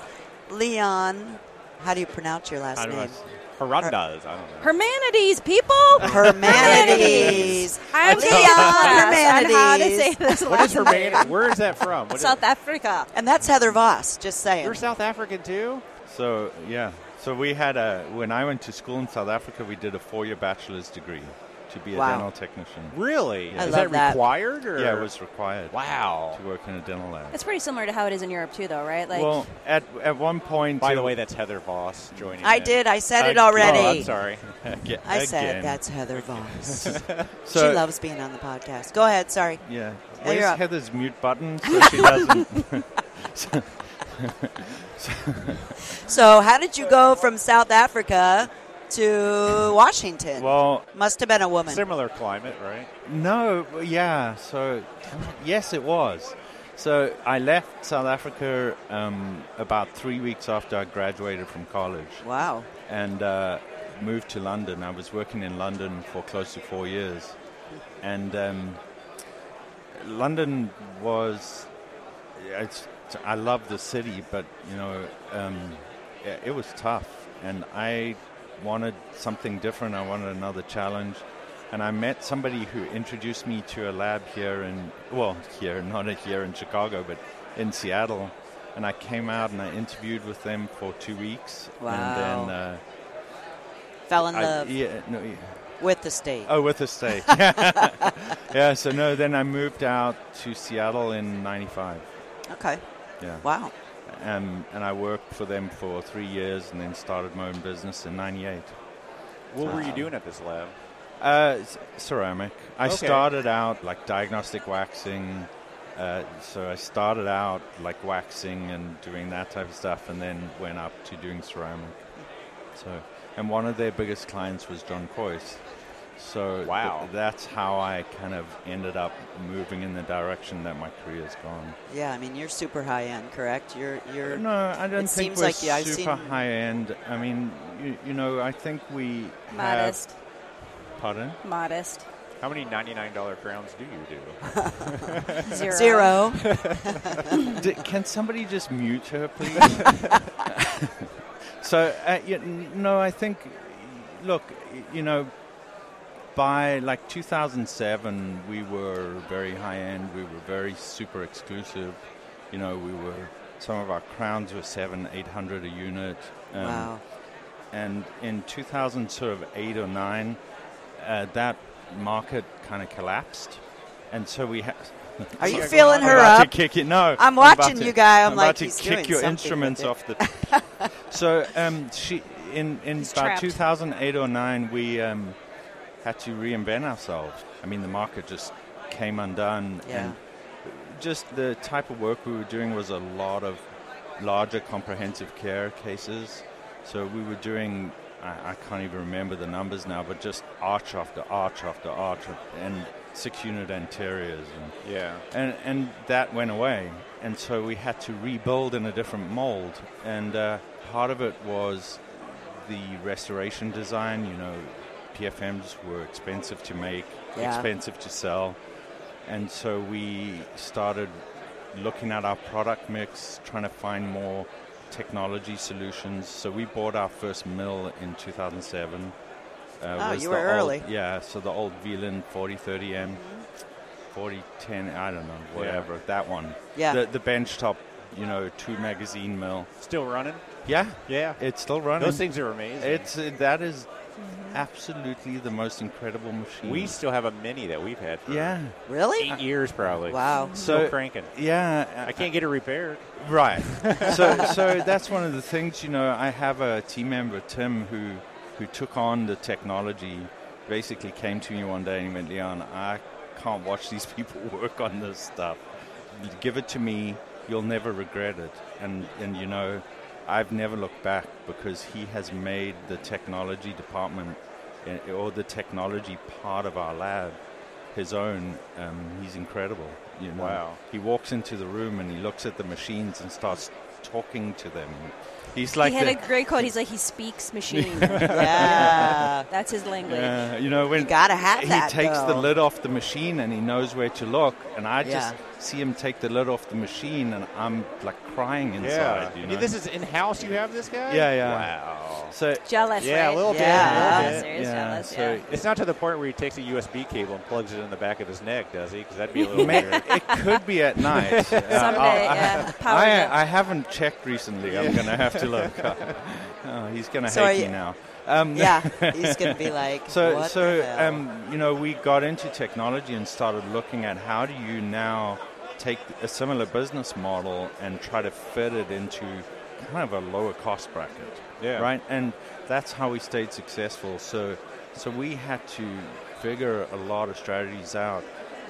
[SPEAKER 6] Leon. How do you pronounce your last name?
[SPEAKER 7] [LAUGHS]
[SPEAKER 1] Hirandas. I don't know.
[SPEAKER 8] Hermanities, people.
[SPEAKER 6] Hermanities.
[SPEAKER 8] I'm
[SPEAKER 6] Leon
[SPEAKER 8] gonna get a class on how to
[SPEAKER 6] Hermanities.
[SPEAKER 8] say
[SPEAKER 1] What
[SPEAKER 8] this
[SPEAKER 1] is
[SPEAKER 8] last
[SPEAKER 1] Herman?
[SPEAKER 8] name.
[SPEAKER 1] Where is that from? What is-
[SPEAKER 8] South Africa.
[SPEAKER 6] And that's Heather Voss, just saying.
[SPEAKER 1] You're South African too?
[SPEAKER 7] So yeah, So we had a when I went to school in South Africa, we did a four-year bachelor's degree to be a
[SPEAKER 6] Wow.
[SPEAKER 7] dental technician.
[SPEAKER 1] Really?
[SPEAKER 6] I love
[SPEAKER 1] Is that,
[SPEAKER 6] that.
[SPEAKER 1] required? Or?
[SPEAKER 7] Yeah, it was required.
[SPEAKER 1] Wow.
[SPEAKER 7] To work in a dental lab.
[SPEAKER 8] It's pretty similar to how it is in Europe too, though, right? Like,
[SPEAKER 7] well, at at one point,
[SPEAKER 1] By the
[SPEAKER 7] uh,
[SPEAKER 1] way, that's Heather Voss joining.
[SPEAKER 6] I
[SPEAKER 1] in.
[SPEAKER 6] did. I said it
[SPEAKER 7] I- oh,
[SPEAKER 6] already.
[SPEAKER 1] Oh, I'm
[SPEAKER 5] [LAUGHS]
[SPEAKER 1] sorry.
[SPEAKER 7] aga-
[SPEAKER 6] I said
[SPEAKER 7] again.
[SPEAKER 6] that's Heather Voss.
[SPEAKER 7] [LAUGHS] So,
[SPEAKER 6] she loves being on the podcast. Go ahead. Sorry.
[SPEAKER 7] Yeah.
[SPEAKER 6] Oh,
[SPEAKER 7] Where's
[SPEAKER 6] you're up.
[SPEAKER 7] Heather's mute
[SPEAKER 6] [LAUGHS]
[SPEAKER 7] button so she doesn't?
[SPEAKER 6] So, how did you go from South Africa to Washington?
[SPEAKER 7] Well,
[SPEAKER 6] Must have been a woman.
[SPEAKER 1] Similar climate, right?
[SPEAKER 7] no. well, Yeah. So, yes, it was. So I left South Africa um, about three weeks after I graduated from college
[SPEAKER 6] Wow.
[SPEAKER 7] and uh, moved to London. I was working in London for close to four years, and um, London was. It's, I love the city, but you know, um, it, it was tough, and I wanted something different. I wanted another challenge. And I met somebody who introduced me to a lab here in, well, here, not here in Chicago, but in Seattle. And I came out and I interviewed with them for two weeks.
[SPEAKER 6] Wow.
[SPEAKER 7] And then, uh,
[SPEAKER 6] Fell in
[SPEAKER 7] I-
[SPEAKER 6] love
[SPEAKER 7] yeah, no, yeah.
[SPEAKER 6] with the state.
[SPEAKER 7] Oh, with a steak. [LAUGHS] yeah, so no, then I moved out to Seattle in 95.
[SPEAKER 6] Okay.
[SPEAKER 7] Yeah.
[SPEAKER 6] Wow.
[SPEAKER 7] Um, and I worked for them for three years and then started my own business in 98.
[SPEAKER 1] What were you doing at this lab?
[SPEAKER 7] Uh, c- ceramic. I
[SPEAKER 1] Okay.
[SPEAKER 7] started out like diagnostic waxing. Uh, so I started out like waxing and doing that type of stuff and then went up to doing ceramic. So, and one of their biggest clients was John Coyce. So th-
[SPEAKER 1] Wow.
[SPEAKER 7] that's how I kind of ended up moving in the direction that my career's gone.
[SPEAKER 6] Yeah, I mean you're super high end, correct? You're you're
[SPEAKER 7] No, I don't think
[SPEAKER 6] seems
[SPEAKER 7] we're
[SPEAKER 6] like, yeah, I've
[SPEAKER 7] super
[SPEAKER 6] seen-
[SPEAKER 7] high end. I mean, you, you know, I think we
[SPEAKER 8] modest,
[SPEAKER 7] have. Pardon?
[SPEAKER 8] modest,
[SPEAKER 1] How many $99 crowns do you do?
[SPEAKER 8] zero.
[SPEAKER 6] zero.
[SPEAKER 7] D- can somebody just mute her, please? [LAUGHS] so, uh, yeah, n- no, I think, look, y- you know, by like 2007, we were very high end. We were very super exclusive. You know, we were some of our crowns were seven, eight hundred a unit. Um,
[SPEAKER 6] wow.
[SPEAKER 7] And in 2000, sort of eight or nine, uh, that market kind of collapsed, and so we had.
[SPEAKER 6] Are you feeling
[SPEAKER 7] I'm
[SPEAKER 6] her
[SPEAKER 7] about
[SPEAKER 6] up?
[SPEAKER 7] to kick it. No,
[SPEAKER 6] I'm
[SPEAKER 7] about
[SPEAKER 6] watching
[SPEAKER 7] to-
[SPEAKER 6] you, guy. I'm
[SPEAKER 7] about
[SPEAKER 6] like,
[SPEAKER 7] to
[SPEAKER 6] he's
[SPEAKER 7] kick
[SPEAKER 6] doing
[SPEAKER 7] your
[SPEAKER 6] something
[SPEAKER 7] instruments
[SPEAKER 6] with it.
[SPEAKER 7] off the.
[SPEAKER 6] [LAUGHS]
[SPEAKER 7] so um, she in in
[SPEAKER 8] He's
[SPEAKER 7] about
[SPEAKER 8] trapped.
[SPEAKER 7] 2008 or nine we um, had to reinvent ourselves. I mean, the market just came undone,
[SPEAKER 6] Yeah.
[SPEAKER 7] and just the type of work we were doing was a lot of larger comprehensive care cases. So we were doing, I, I can't even remember the numbers now, but just arch after arch after arch and six unit anteriors. And,
[SPEAKER 1] Yeah.
[SPEAKER 7] and, and that went away. And so we had to rebuild in a different mold. And uh, part of it was the restoration design, you know, PFMs were expensive to make,
[SPEAKER 6] Yeah.
[SPEAKER 7] expensive to sell. And so we started looking at our product mix, trying to find more technology solutions. So we bought our first mill in 2007. Uh,
[SPEAKER 6] Oh,
[SPEAKER 7] was
[SPEAKER 6] you
[SPEAKER 7] the
[SPEAKER 6] were
[SPEAKER 7] old-
[SPEAKER 6] early.
[SPEAKER 7] yeah, so the old Velin 4030M, 4010, I don't know, whatever, that one.
[SPEAKER 6] Yeah.
[SPEAKER 7] The, the benchtop, you know, two magazine mill.
[SPEAKER 1] Still running?
[SPEAKER 7] Yeah,
[SPEAKER 1] Yeah.
[SPEAKER 7] it's still running.
[SPEAKER 1] Those things are amazing.
[SPEAKER 7] It's uh, that is absolutely the most incredible machine.
[SPEAKER 1] we Mm-hmm. still have a mini that we've had for
[SPEAKER 7] Mm. yeah,
[SPEAKER 6] Really?
[SPEAKER 1] eight years probably.
[SPEAKER 6] Wow.
[SPEAKER 1] Still
[SPEAKER 7] So-
[SPEAKER 1] cranking.
[SPEAKER 7] yeah. uh,
[SPEAKER 1] I can't get it repaired.
[SPEAKER 7] Right. so so that's one of the things, you know, I have a team member, Tim, who who took on the technology, basically came to me one day and he went, Leon, I can't watch these people [LAUGHS] work on this stuff. Give it to me, you'll never regret it. And and you know, I've never looked back because he has made the technology department eh, or the technology part of our lab his own. Um, he's incredible. You know?
[SPEAKER 1] Wow.
[SPEAKER 7] He walks into the room and he looks at the machines and starts talking to them. He's like,
[SPEAKER 8] he had
[SPEAKER 7] the-
[SPEAKER 8] a great quote. He's like, he speaks
[SPEAKER 7] [LAUGHS]
[SPEAKER 8] machine.
[SPEAKER 6] Yeah.
[SPEAKER 8] That's his language.
[SPEAKER 7] Yeah, uh, you know, when
[SPEAKER 6] gotta have
[SPEAKER 7] he
[SPEAKER 6] that,
[SPEAKER 7] takes the
[SPEAKER 6] though.
[SPEAKER 7] lid off the machine and he knows where to look, and I just
[SPEAKER 6] Yeah.
[SPEAKER 7] see him take the lid off the machine, and I'm like crying inside. You know?
[SPEAKER 1] This is in house you have this guy?
[SPEAKER 7] Yeah, yeah.
[SPEAKER 1] Wow.
[SPEAKER 7] so.
[SPEAKER 8] Jealous,
[SPEAKER 1] Yeah,
[SPEAKER 8] right?
[SPEAKER 1] a little
[SPEAKER 6] Yeah.
[SPEAKER 1] bit. A
[SPEAKER 8] Jealous,
[SPEAKER 1] little bit.
[SPEAKER 8] there is jealous,
[SPEAKER 7] so
[SPEAKER 8] yeah.
[SPEAKER 1] It's not to the point where he takes a USB cable and plugs it in the back of his neck, does he? Because that'd be a little
[SPEAKER 7] ma-
[SPEAKER 1] weird.
[SPEAKER 6] [LAUGHS]
[SPEAKER 7] it could be at night. Uh,
[SPEAKER 8] Someday,
[SPEAKER 7] I'll-
[SPEAKER 8] yeah. Power
[SPEAKER 7] I,
[SPEAKER 8] nap.
[SPEAKER 7] I haven't checked recently. I'm going to have
[SPEAKER 1] [LAUGHS]
[SPEAKER 7] to look. oh, he's going to
[SPEAKER 6] So are
[SPEAKER 7] hate
[SPEAKER 6] you-
[SPEAKER 7] me now. Um, [LAUGHS]
[SPEAKER 6] Yeah, he's going to be like,
[SPEAKER 7] So,
[SPEAKER 6] what
[SPEAKER 7] so
[SPEAKER 6] the hell?
[SPEAKER 7] um, you know, we got into technology and started looking at how do you now take a similar business model and try to fit it into kind of a lower cost bracket,
[SPEAKER 1] Yeah.
[SPEAKER 7] right? And that's how we stayed successful. So, so we had to figure a lot of strategies out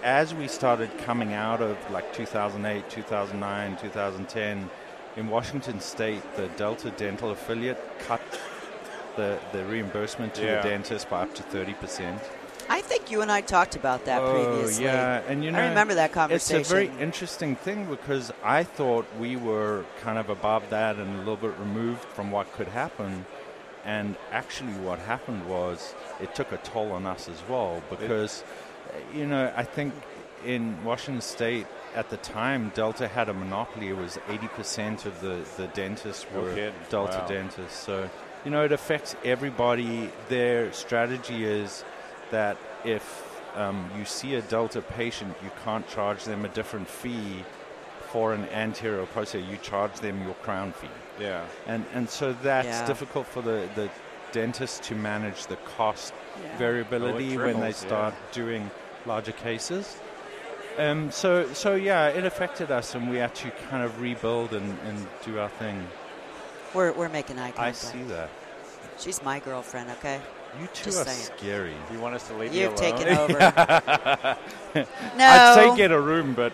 [SPEAKER 7] as we started coming out of like 2008, 2009, 2010. In Washington State, the Delta Dental affiliate cut the, the reimbursement to
[SPEAKER 1] Yeah.
[SPEAKER 7] the dentist by up to 30%.
[SPEAKER 6] I think you and I talked about that previously.
[SPEAKER 7] Oh, yeah. And you know,
[SPEAKER 6] I remember that
[SPEAKER 7] It's a very
[SPEAKER 6] conversation.
[SPEAKER 7] interesting thing because I thought we were kind of above that and a little bit removed from what could happen. And actually, what happened was it took a toll on us as well because, uh, you know, I think in Washington State at the time, Delta had a monopoly. It was 80% of the, the dentists
[SPEAKER 1] No
[SPEAKER 7] were
[SPEAKER 1] kidding.
[SPEAKER 7] Delta
[SPEAKER 1] Wow.
[SPEAKER 7] dentists. So, you know, it affects everybody. Their strategy is that if um, you see a Delta patient, you can't charge them a different fee for an anterior process. You charge them your crown fee.
[SPEAKER 1] Yeah.
[SPEAKER 7] And, and so that's
[SPEAKER 6] Yeah.
[SPEAKER 7] difficult for the, the dentist to manage the cost
[SPEAKER 8] Yeah.
[SPEAKER 7] variability
[SPEAKER 1] Oh, it
[SPEAKER 7] when they
[SPEAKER 1] triples,
[SPEAKER 7] start doing larger cases. Um, so, so yeah, it affected us, and we had to kind of rebuild and, and do our thing.
[SPEAKER 6] We're, we're making eye
[SPEAKER 7] I
[SPEAKER 6] contact.
[SPEAKER 7] see that.
[SPEAKER 6] She's my girlfriend, okay?
[SPEAKER 7] You two
[SPEAKER 6] Just
[SPEAKER 7] are
[SPEAKER 6] saying.
[SPEAKER 7] scary.
[SPEAKER 1] You want us to leave you
[SPEAKER 6] You've
[SPEAKER 1] alone?
[SPEAKER 6] taken
[SPEAKER 1] [LAUGHS]
[SPEAKER 7] [LAUGHS]
[SPEAKER 6] over. no.
[SPEAKER 7] I'd say get a room, but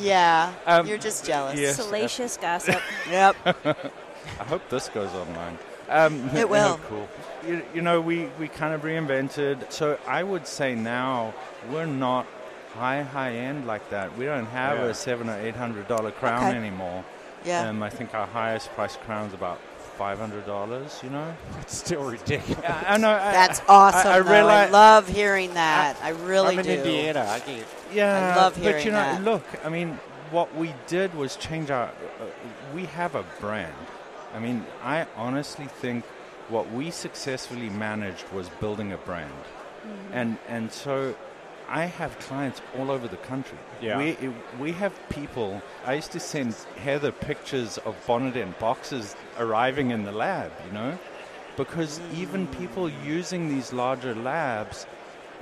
[SPEAKER 6] Yeah.
[SPEAKER 7] Um,
[SPEAKER 6] You're just jealous.
[SPEAKER 7] yeah.
[SPEAKER 8] Salacious gossip.
[SPEAKER 6] Yep.
[SPEAKER 7] I hope this goes online. Um,
[SPEAKER 6] [LAUGHS] It will.
[SPEAKER 7] [LAUGHS] cool. You, you know, we, we kind of reinvented. So I would say now we're not high high end like that. We don't have
[SPEAKER 1] Yeah.
[SPEAKER 7] a seven or eight hundred dollar crown
[SPEAKER 6] Okay.
[SPEAKER 7] anymore.
[SPEAKER 6] Yeah.
[SPEAKER 7] [LAUGHS] Um, I think our highest priced crown's about five hundred dollars. You know. Uh,
[SPEAKER 1] It's still ridiculous.
[SPEAKER 7] I, I know. I-
[SPEAKER 6] That's awesome.
[SPEAKER 7] I, I
[SPEAKER 6] though.
[SPEAKER 7] realize.
[SPEAKER 6] love hearing that. I, really
[SPEAKER 1] I'm in
[SPEAKER 6] do.
[SPEAKER 1] Indiana. I can't.
[SPEAKER 7] yeah,
[SPEAKER 6] I love
[SPEAKER 7] But
[SPEAKER 6] hearing
[SPEAKER 7] you know,
[SPEAKER 6] that.
[SPEAKER 7] look. I mean, what we did was change our. Uh, we have a brand. I mean, I honestly think what we successfully managed was building a brand, and and so. I have clients all over the country.
[SPEAKER 1] Yeah.
[SPEAKER 7] We, we have people. I used to send Heather pictures of bonnet and boxes arriving in the lab, you know? because even people using these larger labs,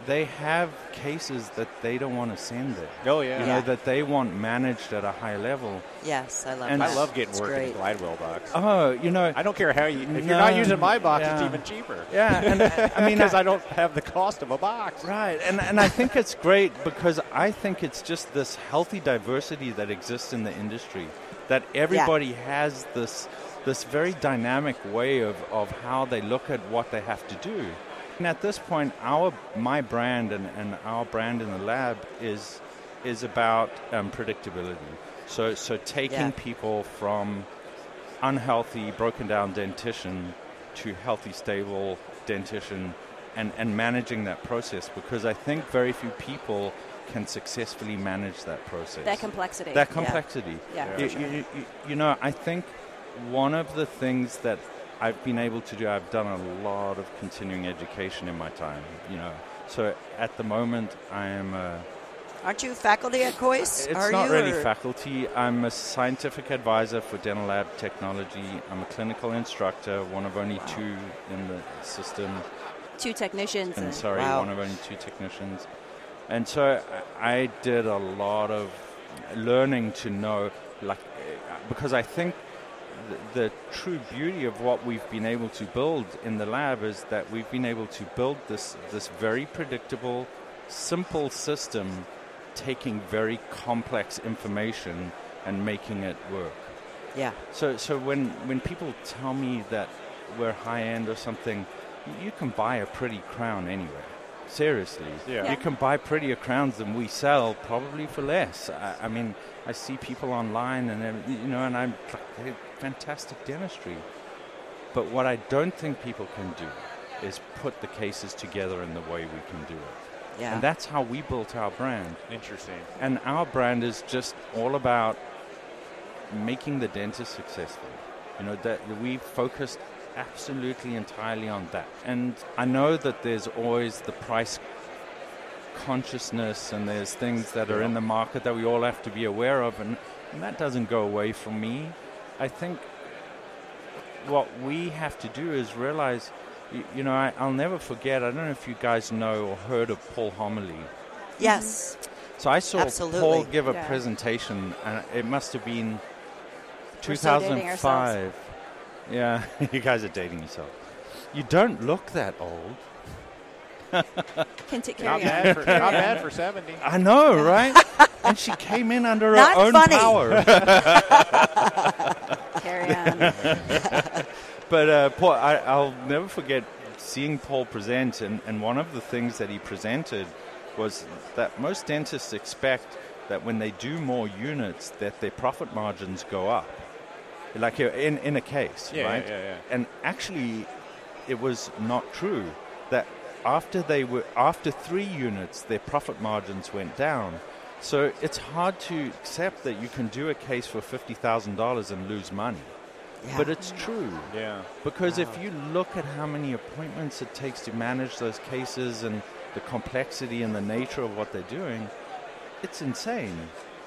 [SPEAKER 7] they have cases that they don't want to send there.
[SPEAKER 1] Oh, yeah.
[SPEAKER 6] Yeah.
[SPEAKER 7] You know, that they want managed at a high level.
[SPEAKER 6] Yes, I love
[SPEAKER 7] And-
[SPEAKER 6] that.
[SPEAKER 1] I love getting
[SPEAKER 6] It's
[SPEAKER 1] work in
[SPEAKER 6] great.
[SPEAKER 1] a Glidewell box.
[SPEAKER 7] Oh, you know,
[SPEAKER 1] I don't care how you. If you're not
[SPEAKER 7] No,
[SPEAKER 1] using my box, it's
[SPEAKER 7] yeah.
[SPEAKER 1] even cheaper.
[SPEAKER 7] yeah, and I mean,
[SPEAKER 1] [LAUGHS] because
[SPEAKER 7] I-
[SPEAKER 1] I don't have the cost of a box.
[SPEAKER 7] right, and and I think it's great because I think it's just this healthy diversity that exists in the industry, that everybody has this this very dynamic way of of how they look at what they have to do. And at this point, our my brand and, and our brand in the lab is is about um, predictability. So so taking
[SPEAKER 6] Yeah.
[SPEAKER 7] people from unhealthy, broken down dentition to healthy, stable dentition and, and managing that process because I think very few people can successfully manage that process.
[SPEAKER 8] that complexity.
[SPEAKER 7] That complexity.
[SPEAKER 8] Yeah, for
[SPEAKER 7] You-
[SPEAKER 8] sure.
[SPEAKER 7] you, you- you- you know, I think one of the things that I've been able to do, I've done a lot of continuing education in my time, you know. So at the moment, I am a,
[SPEAKER 6] Aren't you faculty at COIS?
[SPEAKER 7] it's
[SPEAKER 6] Are
[SPEAKER 7] not
[SPEAKER 6] you?
[SPEAKER 7] really
[SPEAKER 6] or-
[SPEAKER 7] faculty. I'm a scientific advisor for dental lab technology. I'm a clinical instructor, one of only two in the system.
[SPEAKER 8] Two technicians.
[SPEAKER 7] And
[SPEAKER 8] And
[SPEAKER 7] sorry,
[SPEAKER 6] Wow.
[SPEAKER 7] one of only two technicians. And so I I did a lot of learning to know, like, eh, because I think the, the true beauty of what we've been able to build in the lab is that we've been able to build this this very predictable, simple system, taking very complex information and making it work.
[SPEAKER 6] Yeah.
[SPEAKER 7] So, so when, when people tell me that we're high end or something, you can buy a pretty crown anywhere. Seriously,
[SPEAKER 1] Yeah.
[SPEAKER 8] Yeah.
[SPEAKER 7] you can buy prettier crowns than we sell, probably for less. I, I mean, I see people online, and every- you know, and I'm like, "Hey, fantastic dentistry. But what I don't think people can do is put the cases together in the way we can do it,
[SPEAKER 6] Yeah.
[SPEAKER 7] and that's how we built our brand.
[SPEAKER 1] Interesting.
[SPEAKER 7] And our brand is just all about making the dentist successful. You know, that we focused absolutely entirely on that. And I know that there's always the price consciousness and there's things that are in the market that we all have to be aware of and, and that doesn't go away from me i think what we have to do is realize you, you know I, i'll never forget i don't know if you guys know or heard of paul homily
[SPEAKER 6] Yes.
[SPEAKER 7] so i saw
[SPEAKER 6] Absolutely.
[SPEAKER 7] paul give a
[SPEAKER 8] Yeah.
[SPEAKER 7] presentation and it must have been
[SPEAKER 8] We're so dating
[SPEAKER 7] 2005 yeah [LAUGHS] you guys are dating yourself you don't look that old
[SPEAKER 8] Can t-
[SPEAKER 1] Not
[SPEAKER 8] carry on.
[SPEAKER 1] bad, for, not bad for 70.
[SPEAKER 8] [LAUGHS]
[SPEAKER 7] I know, right? and she came in under her
[SPEAKER 6] Not
[SPEAKER 7] own
[SPEAKER 6] funny. [LAUGHS]
[SPEAKER 7] power.
[SPEAKER 8] Carry
[SPEAKER 7] [LAUGHS]
[SPEAKER 8] on.
[SPEAKER 7] but uh, Paul, I, I'll never forget seeing Paul present, and, and one of the things that he presented was that most dentists expect that when they do more units, that their profit margins go up. Like uh, in, in a case,
[SPEAKER 1] Yeah, yeah,
[SPEAKER 7] right?
[SPEAKER 1] yeah, yeah.
[SPEAKER 7] And actually, it was not true that after they were after three units their profit margins went down so it's hard to accept that you can do a case for $50,000 and lose money
[SPEAKER 6] Yeah.
[SPEAKER 7] but it's true
[SPEAKER 1] [LAUGHS] Yeah.
[SPEAKER 7] because if you look at how many appointments it takes to manage those cases and the complexity and the nature of what they're doing it's insane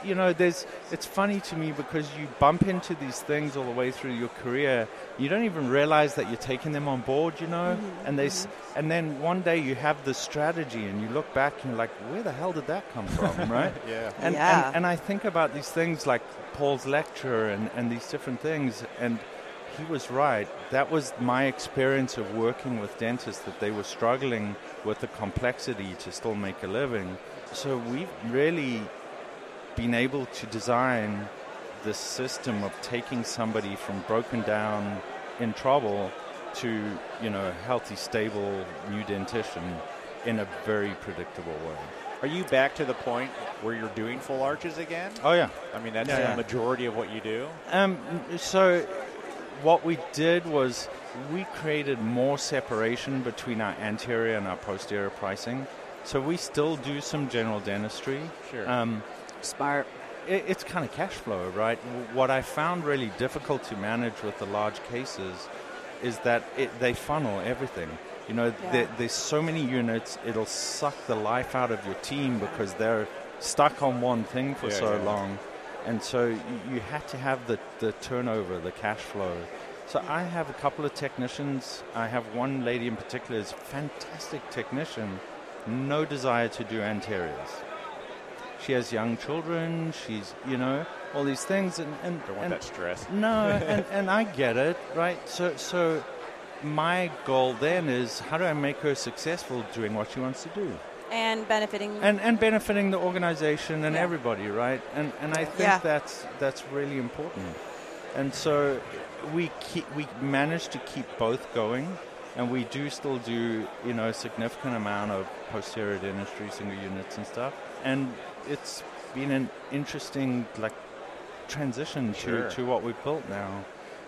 [SPEAKER 7] you know there's it's funny to me because you bump into these things all the way through your career you don't even realize that you're taking them on board you know and they s and then one day you have the strategy and you look back and you're like where the hell did that come from [LAUGHS] right
[SPEAKER 1] Yeah.
[SPEAKER 7] and,
[SPEAKER 6] Yeah.
[SPEAKER 7] and and I think about these things like Paul's lecture and, and these different things, and he was right. That was my experience of working with dentists that they were struggling with the complexity to still make a living. So we've really been able to design this system of taking somebody from broken down in trouble to you know healthy stable new dentition in a very predictable way
[SPEAKER 1] Are you back to the point where you're doing full arches again?
[SPEAKER 7] oh yeah
[SPEAKER 1] I mean, that's
[SPEAKER 7] Yeah,
[SPEAKER 1] the
[SPEAKER 7] yeah.
[SPEAKER 1] majority of what you do.
[SPEAKER 7] Um, so, what we did was we created more separation between our anterior and our posterior pricing. So we still do some general dentistry.
[SPEAKER 1] Sure.
[SPEAKER 7] Um,
[SPEAKER 6] Smart.
[SPEAKER 7] it, it's kind of cash flow, right? W- What I found really difficult to manage with the large cases is that it, they funnel everything. You know, there, there's so many units, it'll suck the life out of your team because they're stuck on one thing for
[SPEAKER 1] Yeah,
[SPEAKER 7] so
[SPEAKER 1] yeah.
[SPEAKER 7] long. And so you, you had to have the, the turnover, the cash flow. So I have a couple of technicians. I have one lady in particular is a fantastic technician, no desire to do anteriors she has young children she's you know all these things and and,
[SPEAKER 1] Don't want
[SPEAKER 7] and
[SPEAKER 1] that stress.
[SPEAKER 7] no
[SPEAKER 1] [LAUGHS]
[SPEAKER 7] and, and i get it right so so my goal then is how do i make her successful doing what she wants to do
[SPEAKER 8] And benefiting.
[SPEAKER 7] and and benefiting the organization and
[SPEAKER 8] Yeah.
[SPEAKER 7] everybody right and and i think
[SPEAKER 6] Yeah.
[SPEAKER 7] that's that's really important and so we keep we managed to keep both going and we do still do you know a significant amount of posterior dentistry single units and stuff and it's been an interesting like transition
[SPEAKER 1] Sure.
[SPEAKER 7] to, to what we've built now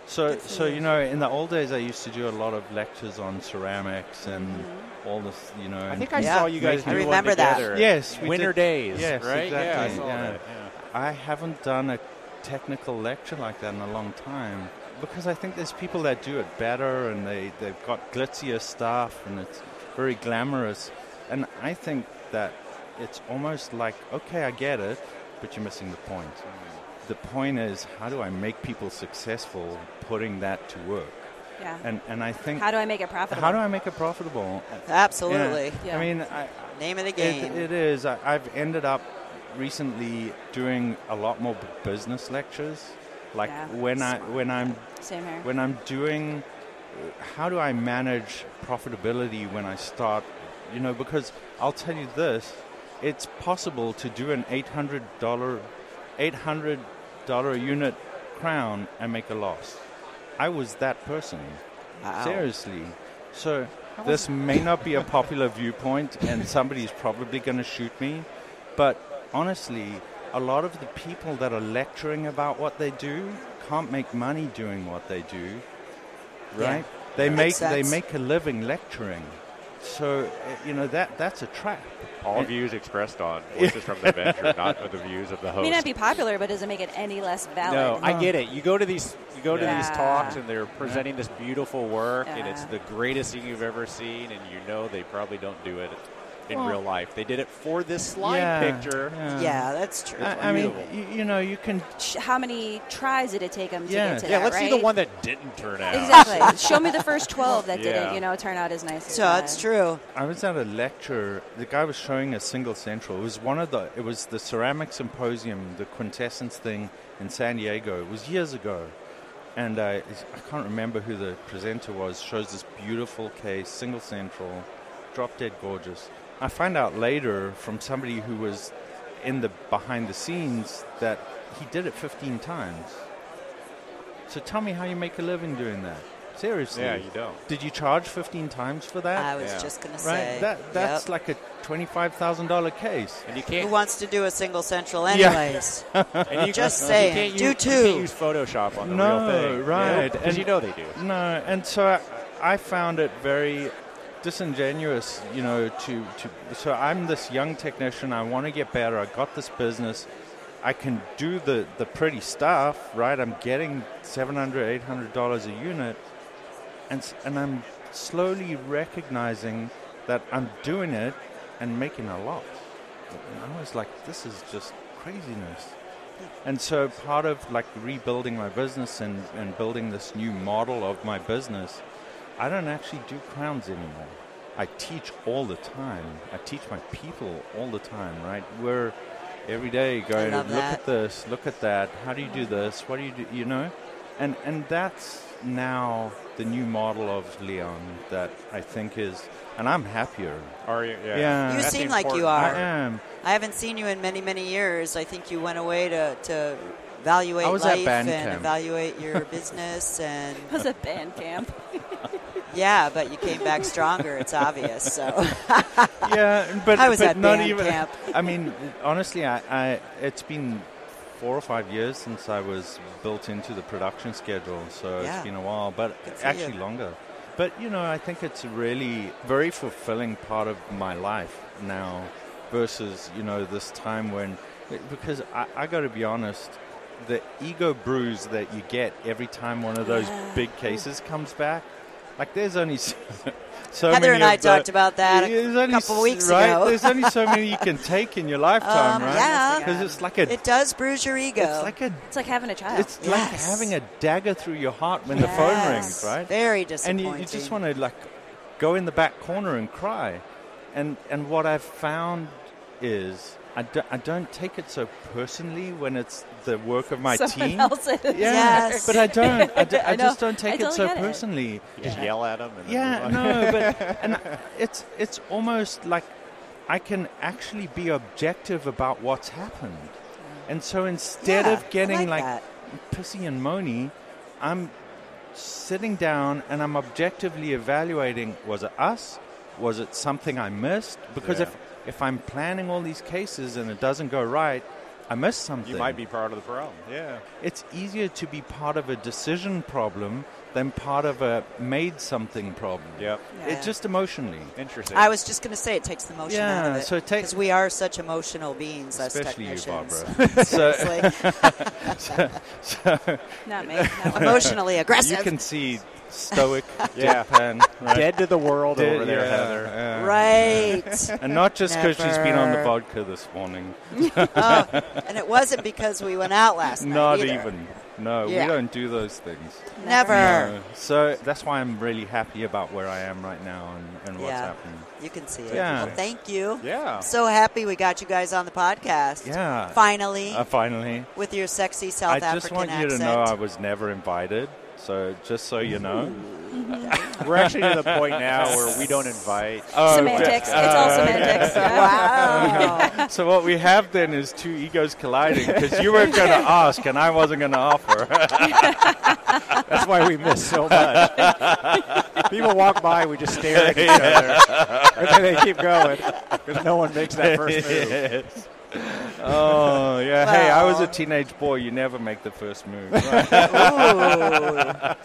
[SPEAKER 7] so so you know in the old days i used to do a lot of lectures on ceramics and all this you know
[SPEAKER 1] I
[SPEAKER 7] and
[SPEAKER 1] think I
[SPEAKER 6] Yeah.
[SPEAKER 1] saw you guys
[SPEAKER 7] I
[SPEAKER 1] do one
[SPEAKER 6] remember that.
[SPEAKER 1] together.
[SPEAKER 7] Yes, we
[SPEAKER 1] Winter
[SPEAKER 7] did.
[SPEAKER 1] days.
[SPEAKER 7] Yes,
[SPEAKER 1] right? Yeah, I
[SPEAKER 7] exactly,
[SPEAKER 1] saw
[SPEAKER 7] yeah.
[SPEAKER 1] that, yeah.
[SPEAKER 7] I haven't done a technical lecture like that in a long time because I think there's people that do it better and they, they've got glitzier stuff and it's very glamorous. And I think that it's almost like, okay, I get it, but you're missing the point. The point is, how do I make people successful putting that to work?
[SPEAKER 8] yeah.
[SPEAKER 7] And, and I think,
[SPEAKER 8] how do I make it profitable?
[SPEAKER 7] how do I make it profitable?
[SPEAKER 6] Absolutely.
[SPEAKER 7] Yeah.
[SPEAKER 8] Yeah.
[SPEAKER 7] I mean, I,
[SPEAKER 6] Name of the game.
[SPEAKER 7] it, it is. I, I've ended up recently doing a lot more b- business lectures. Like
[SPEAKER 8] Yeah.
[SPEAKER 7] when I when I'm
[SPEAKER 8] Same here.
[SPEAKER 7] when I'm doing, uh, how do I manage profitability when I start? You know, because I'll tell you this, it's possible to do an eight hundred dollar, eight hundred dollar unit crown and make a loss. I was that person.
[SPEAKER 6] Wow.
[SPEAKER 7] Seriously. So this may not be a popular viewpoint, and somebody's probably going to shoot me. But honestly, a lot of the people that are lecturing about what they do can't make money doing what they do, right? They make
[SPEAKER 6] Makes
[SPEAKER 7] they
[SPEAKER 6] sense.
[SPEAKER 7] make a living lecturing. So uh, you know that that's a trap.
[SPEAKER 1] All views expressed [LAUGHS] on voices from the venture, not the views of the host.
[SPEAKER 8] May not be popular, but doesn't make it any less valid.
[SPEAKER 1] No, I get it. You go to these you go to
[SPEAKER 8] Yeah.
[SPEAKER 1] these talks and they're presenting this beautiful work and it's
[SPEAKER 8] Yeah.
[SPEAKER 1] the greatest thing you've ever seen and you know they probably don't do it in
[SPEAKER 7] Well-
[SPEAKER 1] real life. They did it for this slide
[SPEAKER 7] Yeah,
[SPEAKER 1] picture.
[SPEAKER 7] Yeah.
[SPEAKER 6] yeah, that's true.
[SPEAKER 7] I, I mean,
[SPEAKER 1] Beautiful.
[SPEAKER 7] you, you know, you can.
[SPEAKER 8] Sh- How many tries did it take them to
[SPEAKER 7] Yeah.
[SPEAKER 8] get to
[SPEAKER 1] Yeah,
[SPEAKER 8] that?
[SPEAKER 1] let's
[SPEAKER 8] right?
[SPEAKER 1] see the one that didn't turn out.
[SPEAKER 8] Exactly. Show me the first 12 that
[SPEAKER 1] Yeah.
[SPEAKER 8] didn't, you know, turn out as nice as
[SPEAKER 6] so
[SPEAKER 8] that.
[SPEAKER 6] that's
[SPEAKER 8] [LAUGHS]
[SPEAKER 6] true.
[SPEAKER 7] I was at a lecture. The guy was showing a single central. It was one of the. It was the ceramic symposium, the quintessence thing in San Diego. It was years ago, and uh, it's- I can't remember who the presenter was. Shows this beautiful case, single central, drop dead gorgeous. I find out later from somebody who was in the behind the scenes that he did it 15 times. So tell me how you make a living doing that. Seriously.
[SPEAKER 1] Yeah, you don't.
[SPEAKER 7] Did you charge 15 times for that?
[SPEAKER 6] I was
[SPEAKER 1] Yeah.
[SPEAKER 6] just gonna say
[SPEAKER 7] Right, that that's
[SPEAKER 6] yep.
[SPEAKER 7] like a twenty-five thousand dollar case.
[SPEAKER 1] And you
[SPEAKER 6] who
[SPEAKER 1] can't.
[SPEAKER 6] wants to do a single central
[SPEAKER 7] Yeah.
[SPEAKER 6] anyways? [LAUGHS]
[SPEAKER 1] And you
[SPEAKER 6] Just
[SPEAKER 1] you
[SPEAKER 6] saying.
[SPEAKER 1] can't
[SPEAKER 6] Do
[SPEAKER 1] use, You
[SPEAKER 6] two.
[SPEAKER 1] can't use Photoshop on the
[SPEAKER 7] no,
[SPEAKER 1] real thing.
[SPEAKER 7] right?
[SPEAKER 1] Because you know they do.
[SPEAKER 7] No, and so I, I found it very disingenuous, you know. To to so I'm this young technician. I want to get better. I got this business. I can do the the pretty stuff, right? I'm getting 700 800 dollars a unit, and s- and I'm slowly recognizing that I'm doing it and making a lot. And I was like, this is just craziness. And so part of like rebuilding my business and, and building this new model of my business, I don't actually do crowns anymore. I teach all the time. I teach my people all the time, right? We're every day going, look
[SPEAKER 6] love that.
[SPEAKER 7] at this, look at that. How do you do this? What do you do? You know? And, and that's now the new model of Leon that I think is, and I'm happier.
[SPEAKER 1] Are you? Yeah.
[SPEAKER 7] Yeah.
[SPEAKER 6] You
[SPEAKER 1] That's
[SPEAKER 6] seem
[SPEAKER 1] the
[SPEAKER 6] like you
[SPEAKER 1] important
[SPEAKER 7] I
[SPEAKER 6] are.
[SPEAKER 7] am.
[SPEAKER 6] I haven't seen you in many, many years. I think you went away to, to evaluate
[SPEAKER 7] I was at
[SPEAKER 6] life
[SPEAKER 7] band
[SPEAKER 6] and
[SPEAKER 7] camp.
[SPEAKER 6] evaluate your [LAUGHS] business. And
[SPEAKER 8] It was a band camp.
[SPEAKER 6] yeah, but you came back stronger. It's obvious.
[SPEAKER 7] [LAUGHS]
[SPEAKER 6] So
[SPEAKER 7] yeah, but
[SPEAKER 6] I was
[SPEAKER 7] but
[SPEAKER 6] at
[SPEAKER 7] not
[SPEAKER 6] band
[SPEAKER 7] even.
[SPEAKER 6] camp.
[SPEAKER 7] [LAUGHS] I mean, honestly, I, I it's been four or five years since I was built into the production schedule, so
[SPEAKER 6] Yeah.
[SPEAKER 7] it's been a while, but
[SPEAKER 6] Good for
[SPEAKER 7] actually
[SPEAKER 6] you.
[SPEAKER 7] longer. But you know, I think it's a really very fulfilling part of my life now, versus you know this time when because I, I got to be honest. The ego bruise that you get every time one of those big cases comes back, like there's only [LAUGHS] so, so
[SPEAKER 6] Heather
[SPEAKER 7] many
[SPEAKER 6] and I
[SPEAKER 7] of the-
[SPEAKER 6] talked about that a
[SPEAKER 7] There's only
[SPEAKER 6] couple
[SPEAKER 7] s-
[SPEAKER 6] weeks
[SPEAKER 7] right?
[SPEAKER 6] ago.
[SPEAKER 7] There's only so many you can take in your lifetime,
[SPEAKER 6] Um,
[SPEAKER 7] right?
[SPEAKER 6] yeah.
[SPEAKER 7] because it's like a,
[SPEAKER 6] it does bruise your ego.
[SPEAKER 7] it's like a,
[SPEAKER 8] It's like having a child.
[SPEAKER 7] it's like
[SPEAKER 6] Yes.
[SPEAKER 7] having a dagger through your heart when the
[SPEAKER 6] Yes.
[SPEAKER 7] phone rings, right?
[SPEAKER 6] Very
[SPEAKER 7] and
[SPEAKER 6] disappointing.
[SPEAKER 7] you, you just want to like go in the back corner and cry and and what i've found is I, do, I don't take it so personally when it's the work of
[SPEAKER 8] [LAUGHS]
[SPEAKER 7] my
[SPEAKER 8] Someone
[SPEAKER 7] team
[SPEAKER 8] else's.
[SPEAKER 7] yeah
[SPEAKER 6] Yes.
[SPEAKER 7] but i don't i,
[SPEAKER 6] [LAUGHS]
[SPEAKER 7] do, I,
[SPEAKER 8] I know.
[SPEAKER 7] just don't take
[SPEAKER 8] I
[SPEAKER 7] it
[SPEAKER 8] totally
[SPEAKER 7] so
[SPEAKER 8] get it.
[SPEAKER 7] personally
[SPEAKER 1] You just yell at them. And then
[SPEAKER 7] yeah,
[SPEAKER 1] move on. [LAUGHS]
[SPEAKER 7] no, but and I- it's it's almost like I can actually be objective about what's happened, and so instead
[SPEAKER 6] Yeah, I
[SPEAKER 7] of getting
[SPEAKER 6] like
[SPEAKER 7] like,
[SPEAKER 6] that.
[SPEAKER 7] pissy and moany, I'm sitting down and I'm objectively evaluating: was it us? Was it something I missed? Because
[SPEAKER 1] Yeah.
[SPEAKER 7] if if I'm planning all these cases and it doesn't go right, I missed something.
[SPEAKER 1] You might be part of the problem. Yeah.
[SPEAKER 7] It's easier to be part of a decision problem than part of a made something problem.
[SPEAKER 1] Yep.
[SPEAKER 6] Yeah.
[SPEAKER 7] It just emotionally.
[SPEAKER 1] Interesting.
[SPEAKER 6] I was just going to say it takes the emotion out of
[SPEAKER 7] Yeah,
[SPEAKER 6] it.
[SPEAKER 7] so it takes-
[SPEAKER 6] because we are such emotional beings, us
[SPEAKER 7] Especially you,
[SPEAKER 6] technicians. [LAUGHS]
[SPEAKER 7] Barbara. So- [LAUGHS]
[SPEAKER 6] Seriously.
[SPEAKER 7] So
[SPEAKER 8] Not me.
[SPEAKER 2] [LAUGHS]
[SPEAKER 8] No.
[SPEAKER 6] emotionally
[SPEAKER 7] you
[SPEAKER 6] aggressive.
[SPEAKER 7] can
[SPEAKER 6] [LAUGHS]
[SPEAKER 7] see stoic,
[SPEAKER 1] Yeah.
[SPEAKER 7] deadpan, right?
[SPEAKER 1] dead to the world
[SPEAKER 7] Dead-
[SPEAKER 1] over there,
[SPEAKER 7] yeah,
[SPEAKER 1] Heather.
[SPEAKER 7] yeah.
[SPEAKER 6] right.
[SPEAKER 7] [LAUGHS] And not just because she's been on the
[SPEAKER 6] Never.
[SPEAKER 7] vodka this morning.
[SPEAKER 6] oh, and it wasn't because we went out last night.
[SPEAKER 7] Not
[SPEAKER 6] either.
[SPEAKER 7] even. No,
[SPEAKER 6] Yeah.
[SPEAKER 7] we don't do those things.
[SPEAKER 6] Never.
[SPEAKER 7] No. So that's why I'm really happy about where I am right now and, and what's
[SPEAKER 6] yeah.
[SPEAKER 7] happening.
[SPEAKER 6] You can see it.
[SPEAKER 7] Yeah.
[SPEAKER 6] Well, thank you.
[SPEAKER 1] Yeah.
[SPEAKER 6] I'm so happy we got you guys on the podcast.
[SPEAKER 7] Yeah.
[SPEAKER 6] Finally,
[SPEAKER 7] Uh, finally,
[SPEAKER 6] with your sexy South
[SPEAKER 7] I
[SPEAKER 6] African
[SPEAKER 7] just want you
[SPEAKER 6] accent.
[SPEAKER 7] to know I was never invited. So just so you know.
[SPEAKER 1] We're actually to the point now where we don't invite.
[SPEAKER 7] Oh,
[SPEAKER 8] semantics. it's all
[SPEAKER 2] [LAUGHS]
[SPEAKER 8] semantics. Yeah.
[SPEAKER 6] wow.
[SPEAKER 7] So what we have then is two egos colliding because you weren't going
[SPEAKER 6] [LAUGHS]
[SPEAKER 7] to ask and I wasn't going
[SPEAKER 1] [LAUGHS]
[SPEAKER 7] to offer.
[SPEAKER 1] That's why we miss so much.
[SPEAKER 7] [LAUGHS]
[SPEAKER 1] People walk by, we just stare at each other, and then they keep going because no one makes that first
[SPEAKER 7] [LAUGHS]
[SPEAKER 1] move.
[SPEAKER 7] Yes. [LAUGHS] Oh yeah. hey, I was a
[SPEAKER 6] Well.
[SPEAKER 7] teenage boy. You never make the first
[SPEAKER 1] [LAUGHS]
[SPEAKER 7] move. [LAUGHS]
[SPEAKER 6] Ooh.
[SPEAKER 1] I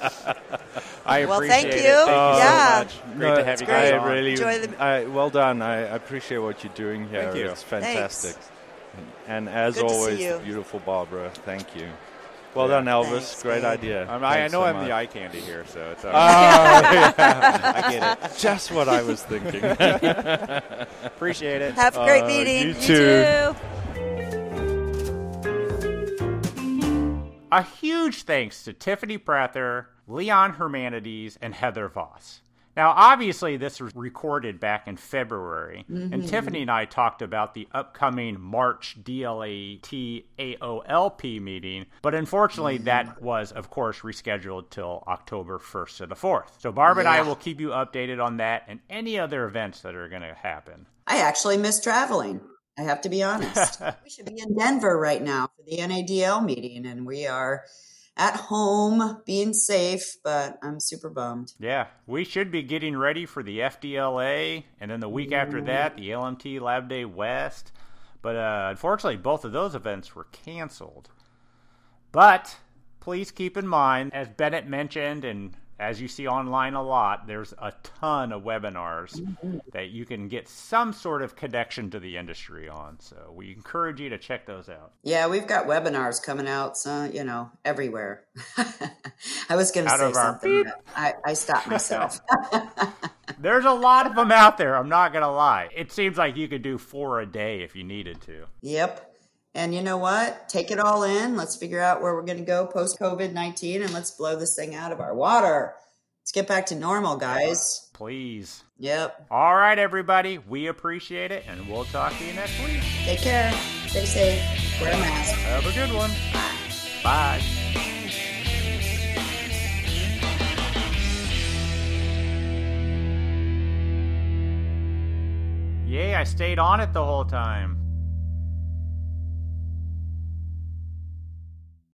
[SPEAKER 6] Well,
[SPEAKER 1] appreciate
[SPEAKER 6] thank
[SPEAKER 1] it.
[SPEAKER 6] you.
[SPEAKER 1] so
[SPEAKER 6] Yeah.
[SPEAKER 1] much. Great
[SPEAKER 7] No,
[SPEAKER 1] to have you guys
[SPEAKER 7] I
[SPEAKER 1] on.
[SPEAKER 7] really,
[SPEAKER 6] Enjoy the-
[SPEAKER 7] I, well done. I appreciate what you're doing here.
[SPEAKER 1] Thank you.
[SPEAKER 7] It's fantastic. And as
[SPEAKER 6] Good to see
[SPEAKER 7] always,
[SPEAKER 6] you.
[SPEAKER 7] beautiful Barbara. Thank you. Well done, Elvis.
[SPEAKER 9] Thanks,
[SPEAKER 7] Great
[SPEAKER 9] babe.
[SPEAKER 7] idea.
[SPEAKER 10] I'm, I, I
[SPEAKER 7] Thanks
[SPEAKER 10] know
[SPEAKER 7] so
[SPEAKER 10] I'm
[SPEAKER 7] much.
[SPEAKER 10] the eye candy here, so it's all
[SPEAKER 7] Oh,
[SPEAKER 10] right.
[SPEAKER 7] yeah.
[SPEAKER 10] I get it.
[SPEAKER 7] Just what I was thinking.
[SPEAKER 10] Appreciate it.
[SPEAKER 9] Have a great
[SPEAKER 7] Uh,
[SPEAKER 9] meeting.
[SPEAKER 7] you
[SPEAKER 8] You too.
[SPEAKER 1] A huge thanks to Tiffany Prather, Leon Hermanides, and Heather Voss. Now, obviously, this was recorded back in February, and Tiffany and I talked about the upcoming March DLATAOLP meeting, but unfortunately, that was, of course, rescheduled till October 1st to the 4th. So, Barb and I will keep you updated on that and any other events that are going to happen.
[SPEAKER 2] I actually miss traveling. I have to
[SPEAKER 1] [LAUGHS]
[SPEAKER 2] be honest. we should be in Denver right now for the NADL meeting, and we are at home being safe, but I'm super bummed.
[SPEAKER 1] Yeah, we should be getting ready for the FDLA, and then the week after that, the LMT Lab Day West. But uh, unfortunately, both of those events were canceled. But please keep in mind, as Bennett mentioned, and as you see online a lot, there's a ton of webinars that you can get some sort of connection to the industry on. So we encourage you to check those out.
[SPEAKER 2] Yeah, we've got webinars coming out, so you know, everywhere. [LAUGHS] I was going to
[SPEAKER 1] Out
[SPEAKER 2] say
[SPEAKER 1] of our
[SPEAKER 2] something, but I, I stopped
[SPEAKER 1] [LAUGHS]
[SPEAKER 2] myself.
[SPEAKER 1] There's a lot of them out there, I'm not going to lie. It seems like you could do four a day if you needed to.
[SPEAKER 2] yep. And you know what? Take it all in. Let's figure out where we're going to go post COVID 19 and let's blow this thing out of our water. Let's get back to normal, guys.
[SPEAKER 1] Please.
[SPEAKER 2] Yep.
[SPEAKER 1] All right, everybody. We appreciate it, and we'll talk to you next week.
[SPEAKER 2] Take care. Stay safe. Wear a mask.
[SPEAKER 1] Have a good one. Bye. Yay, I stayed on it the whole time.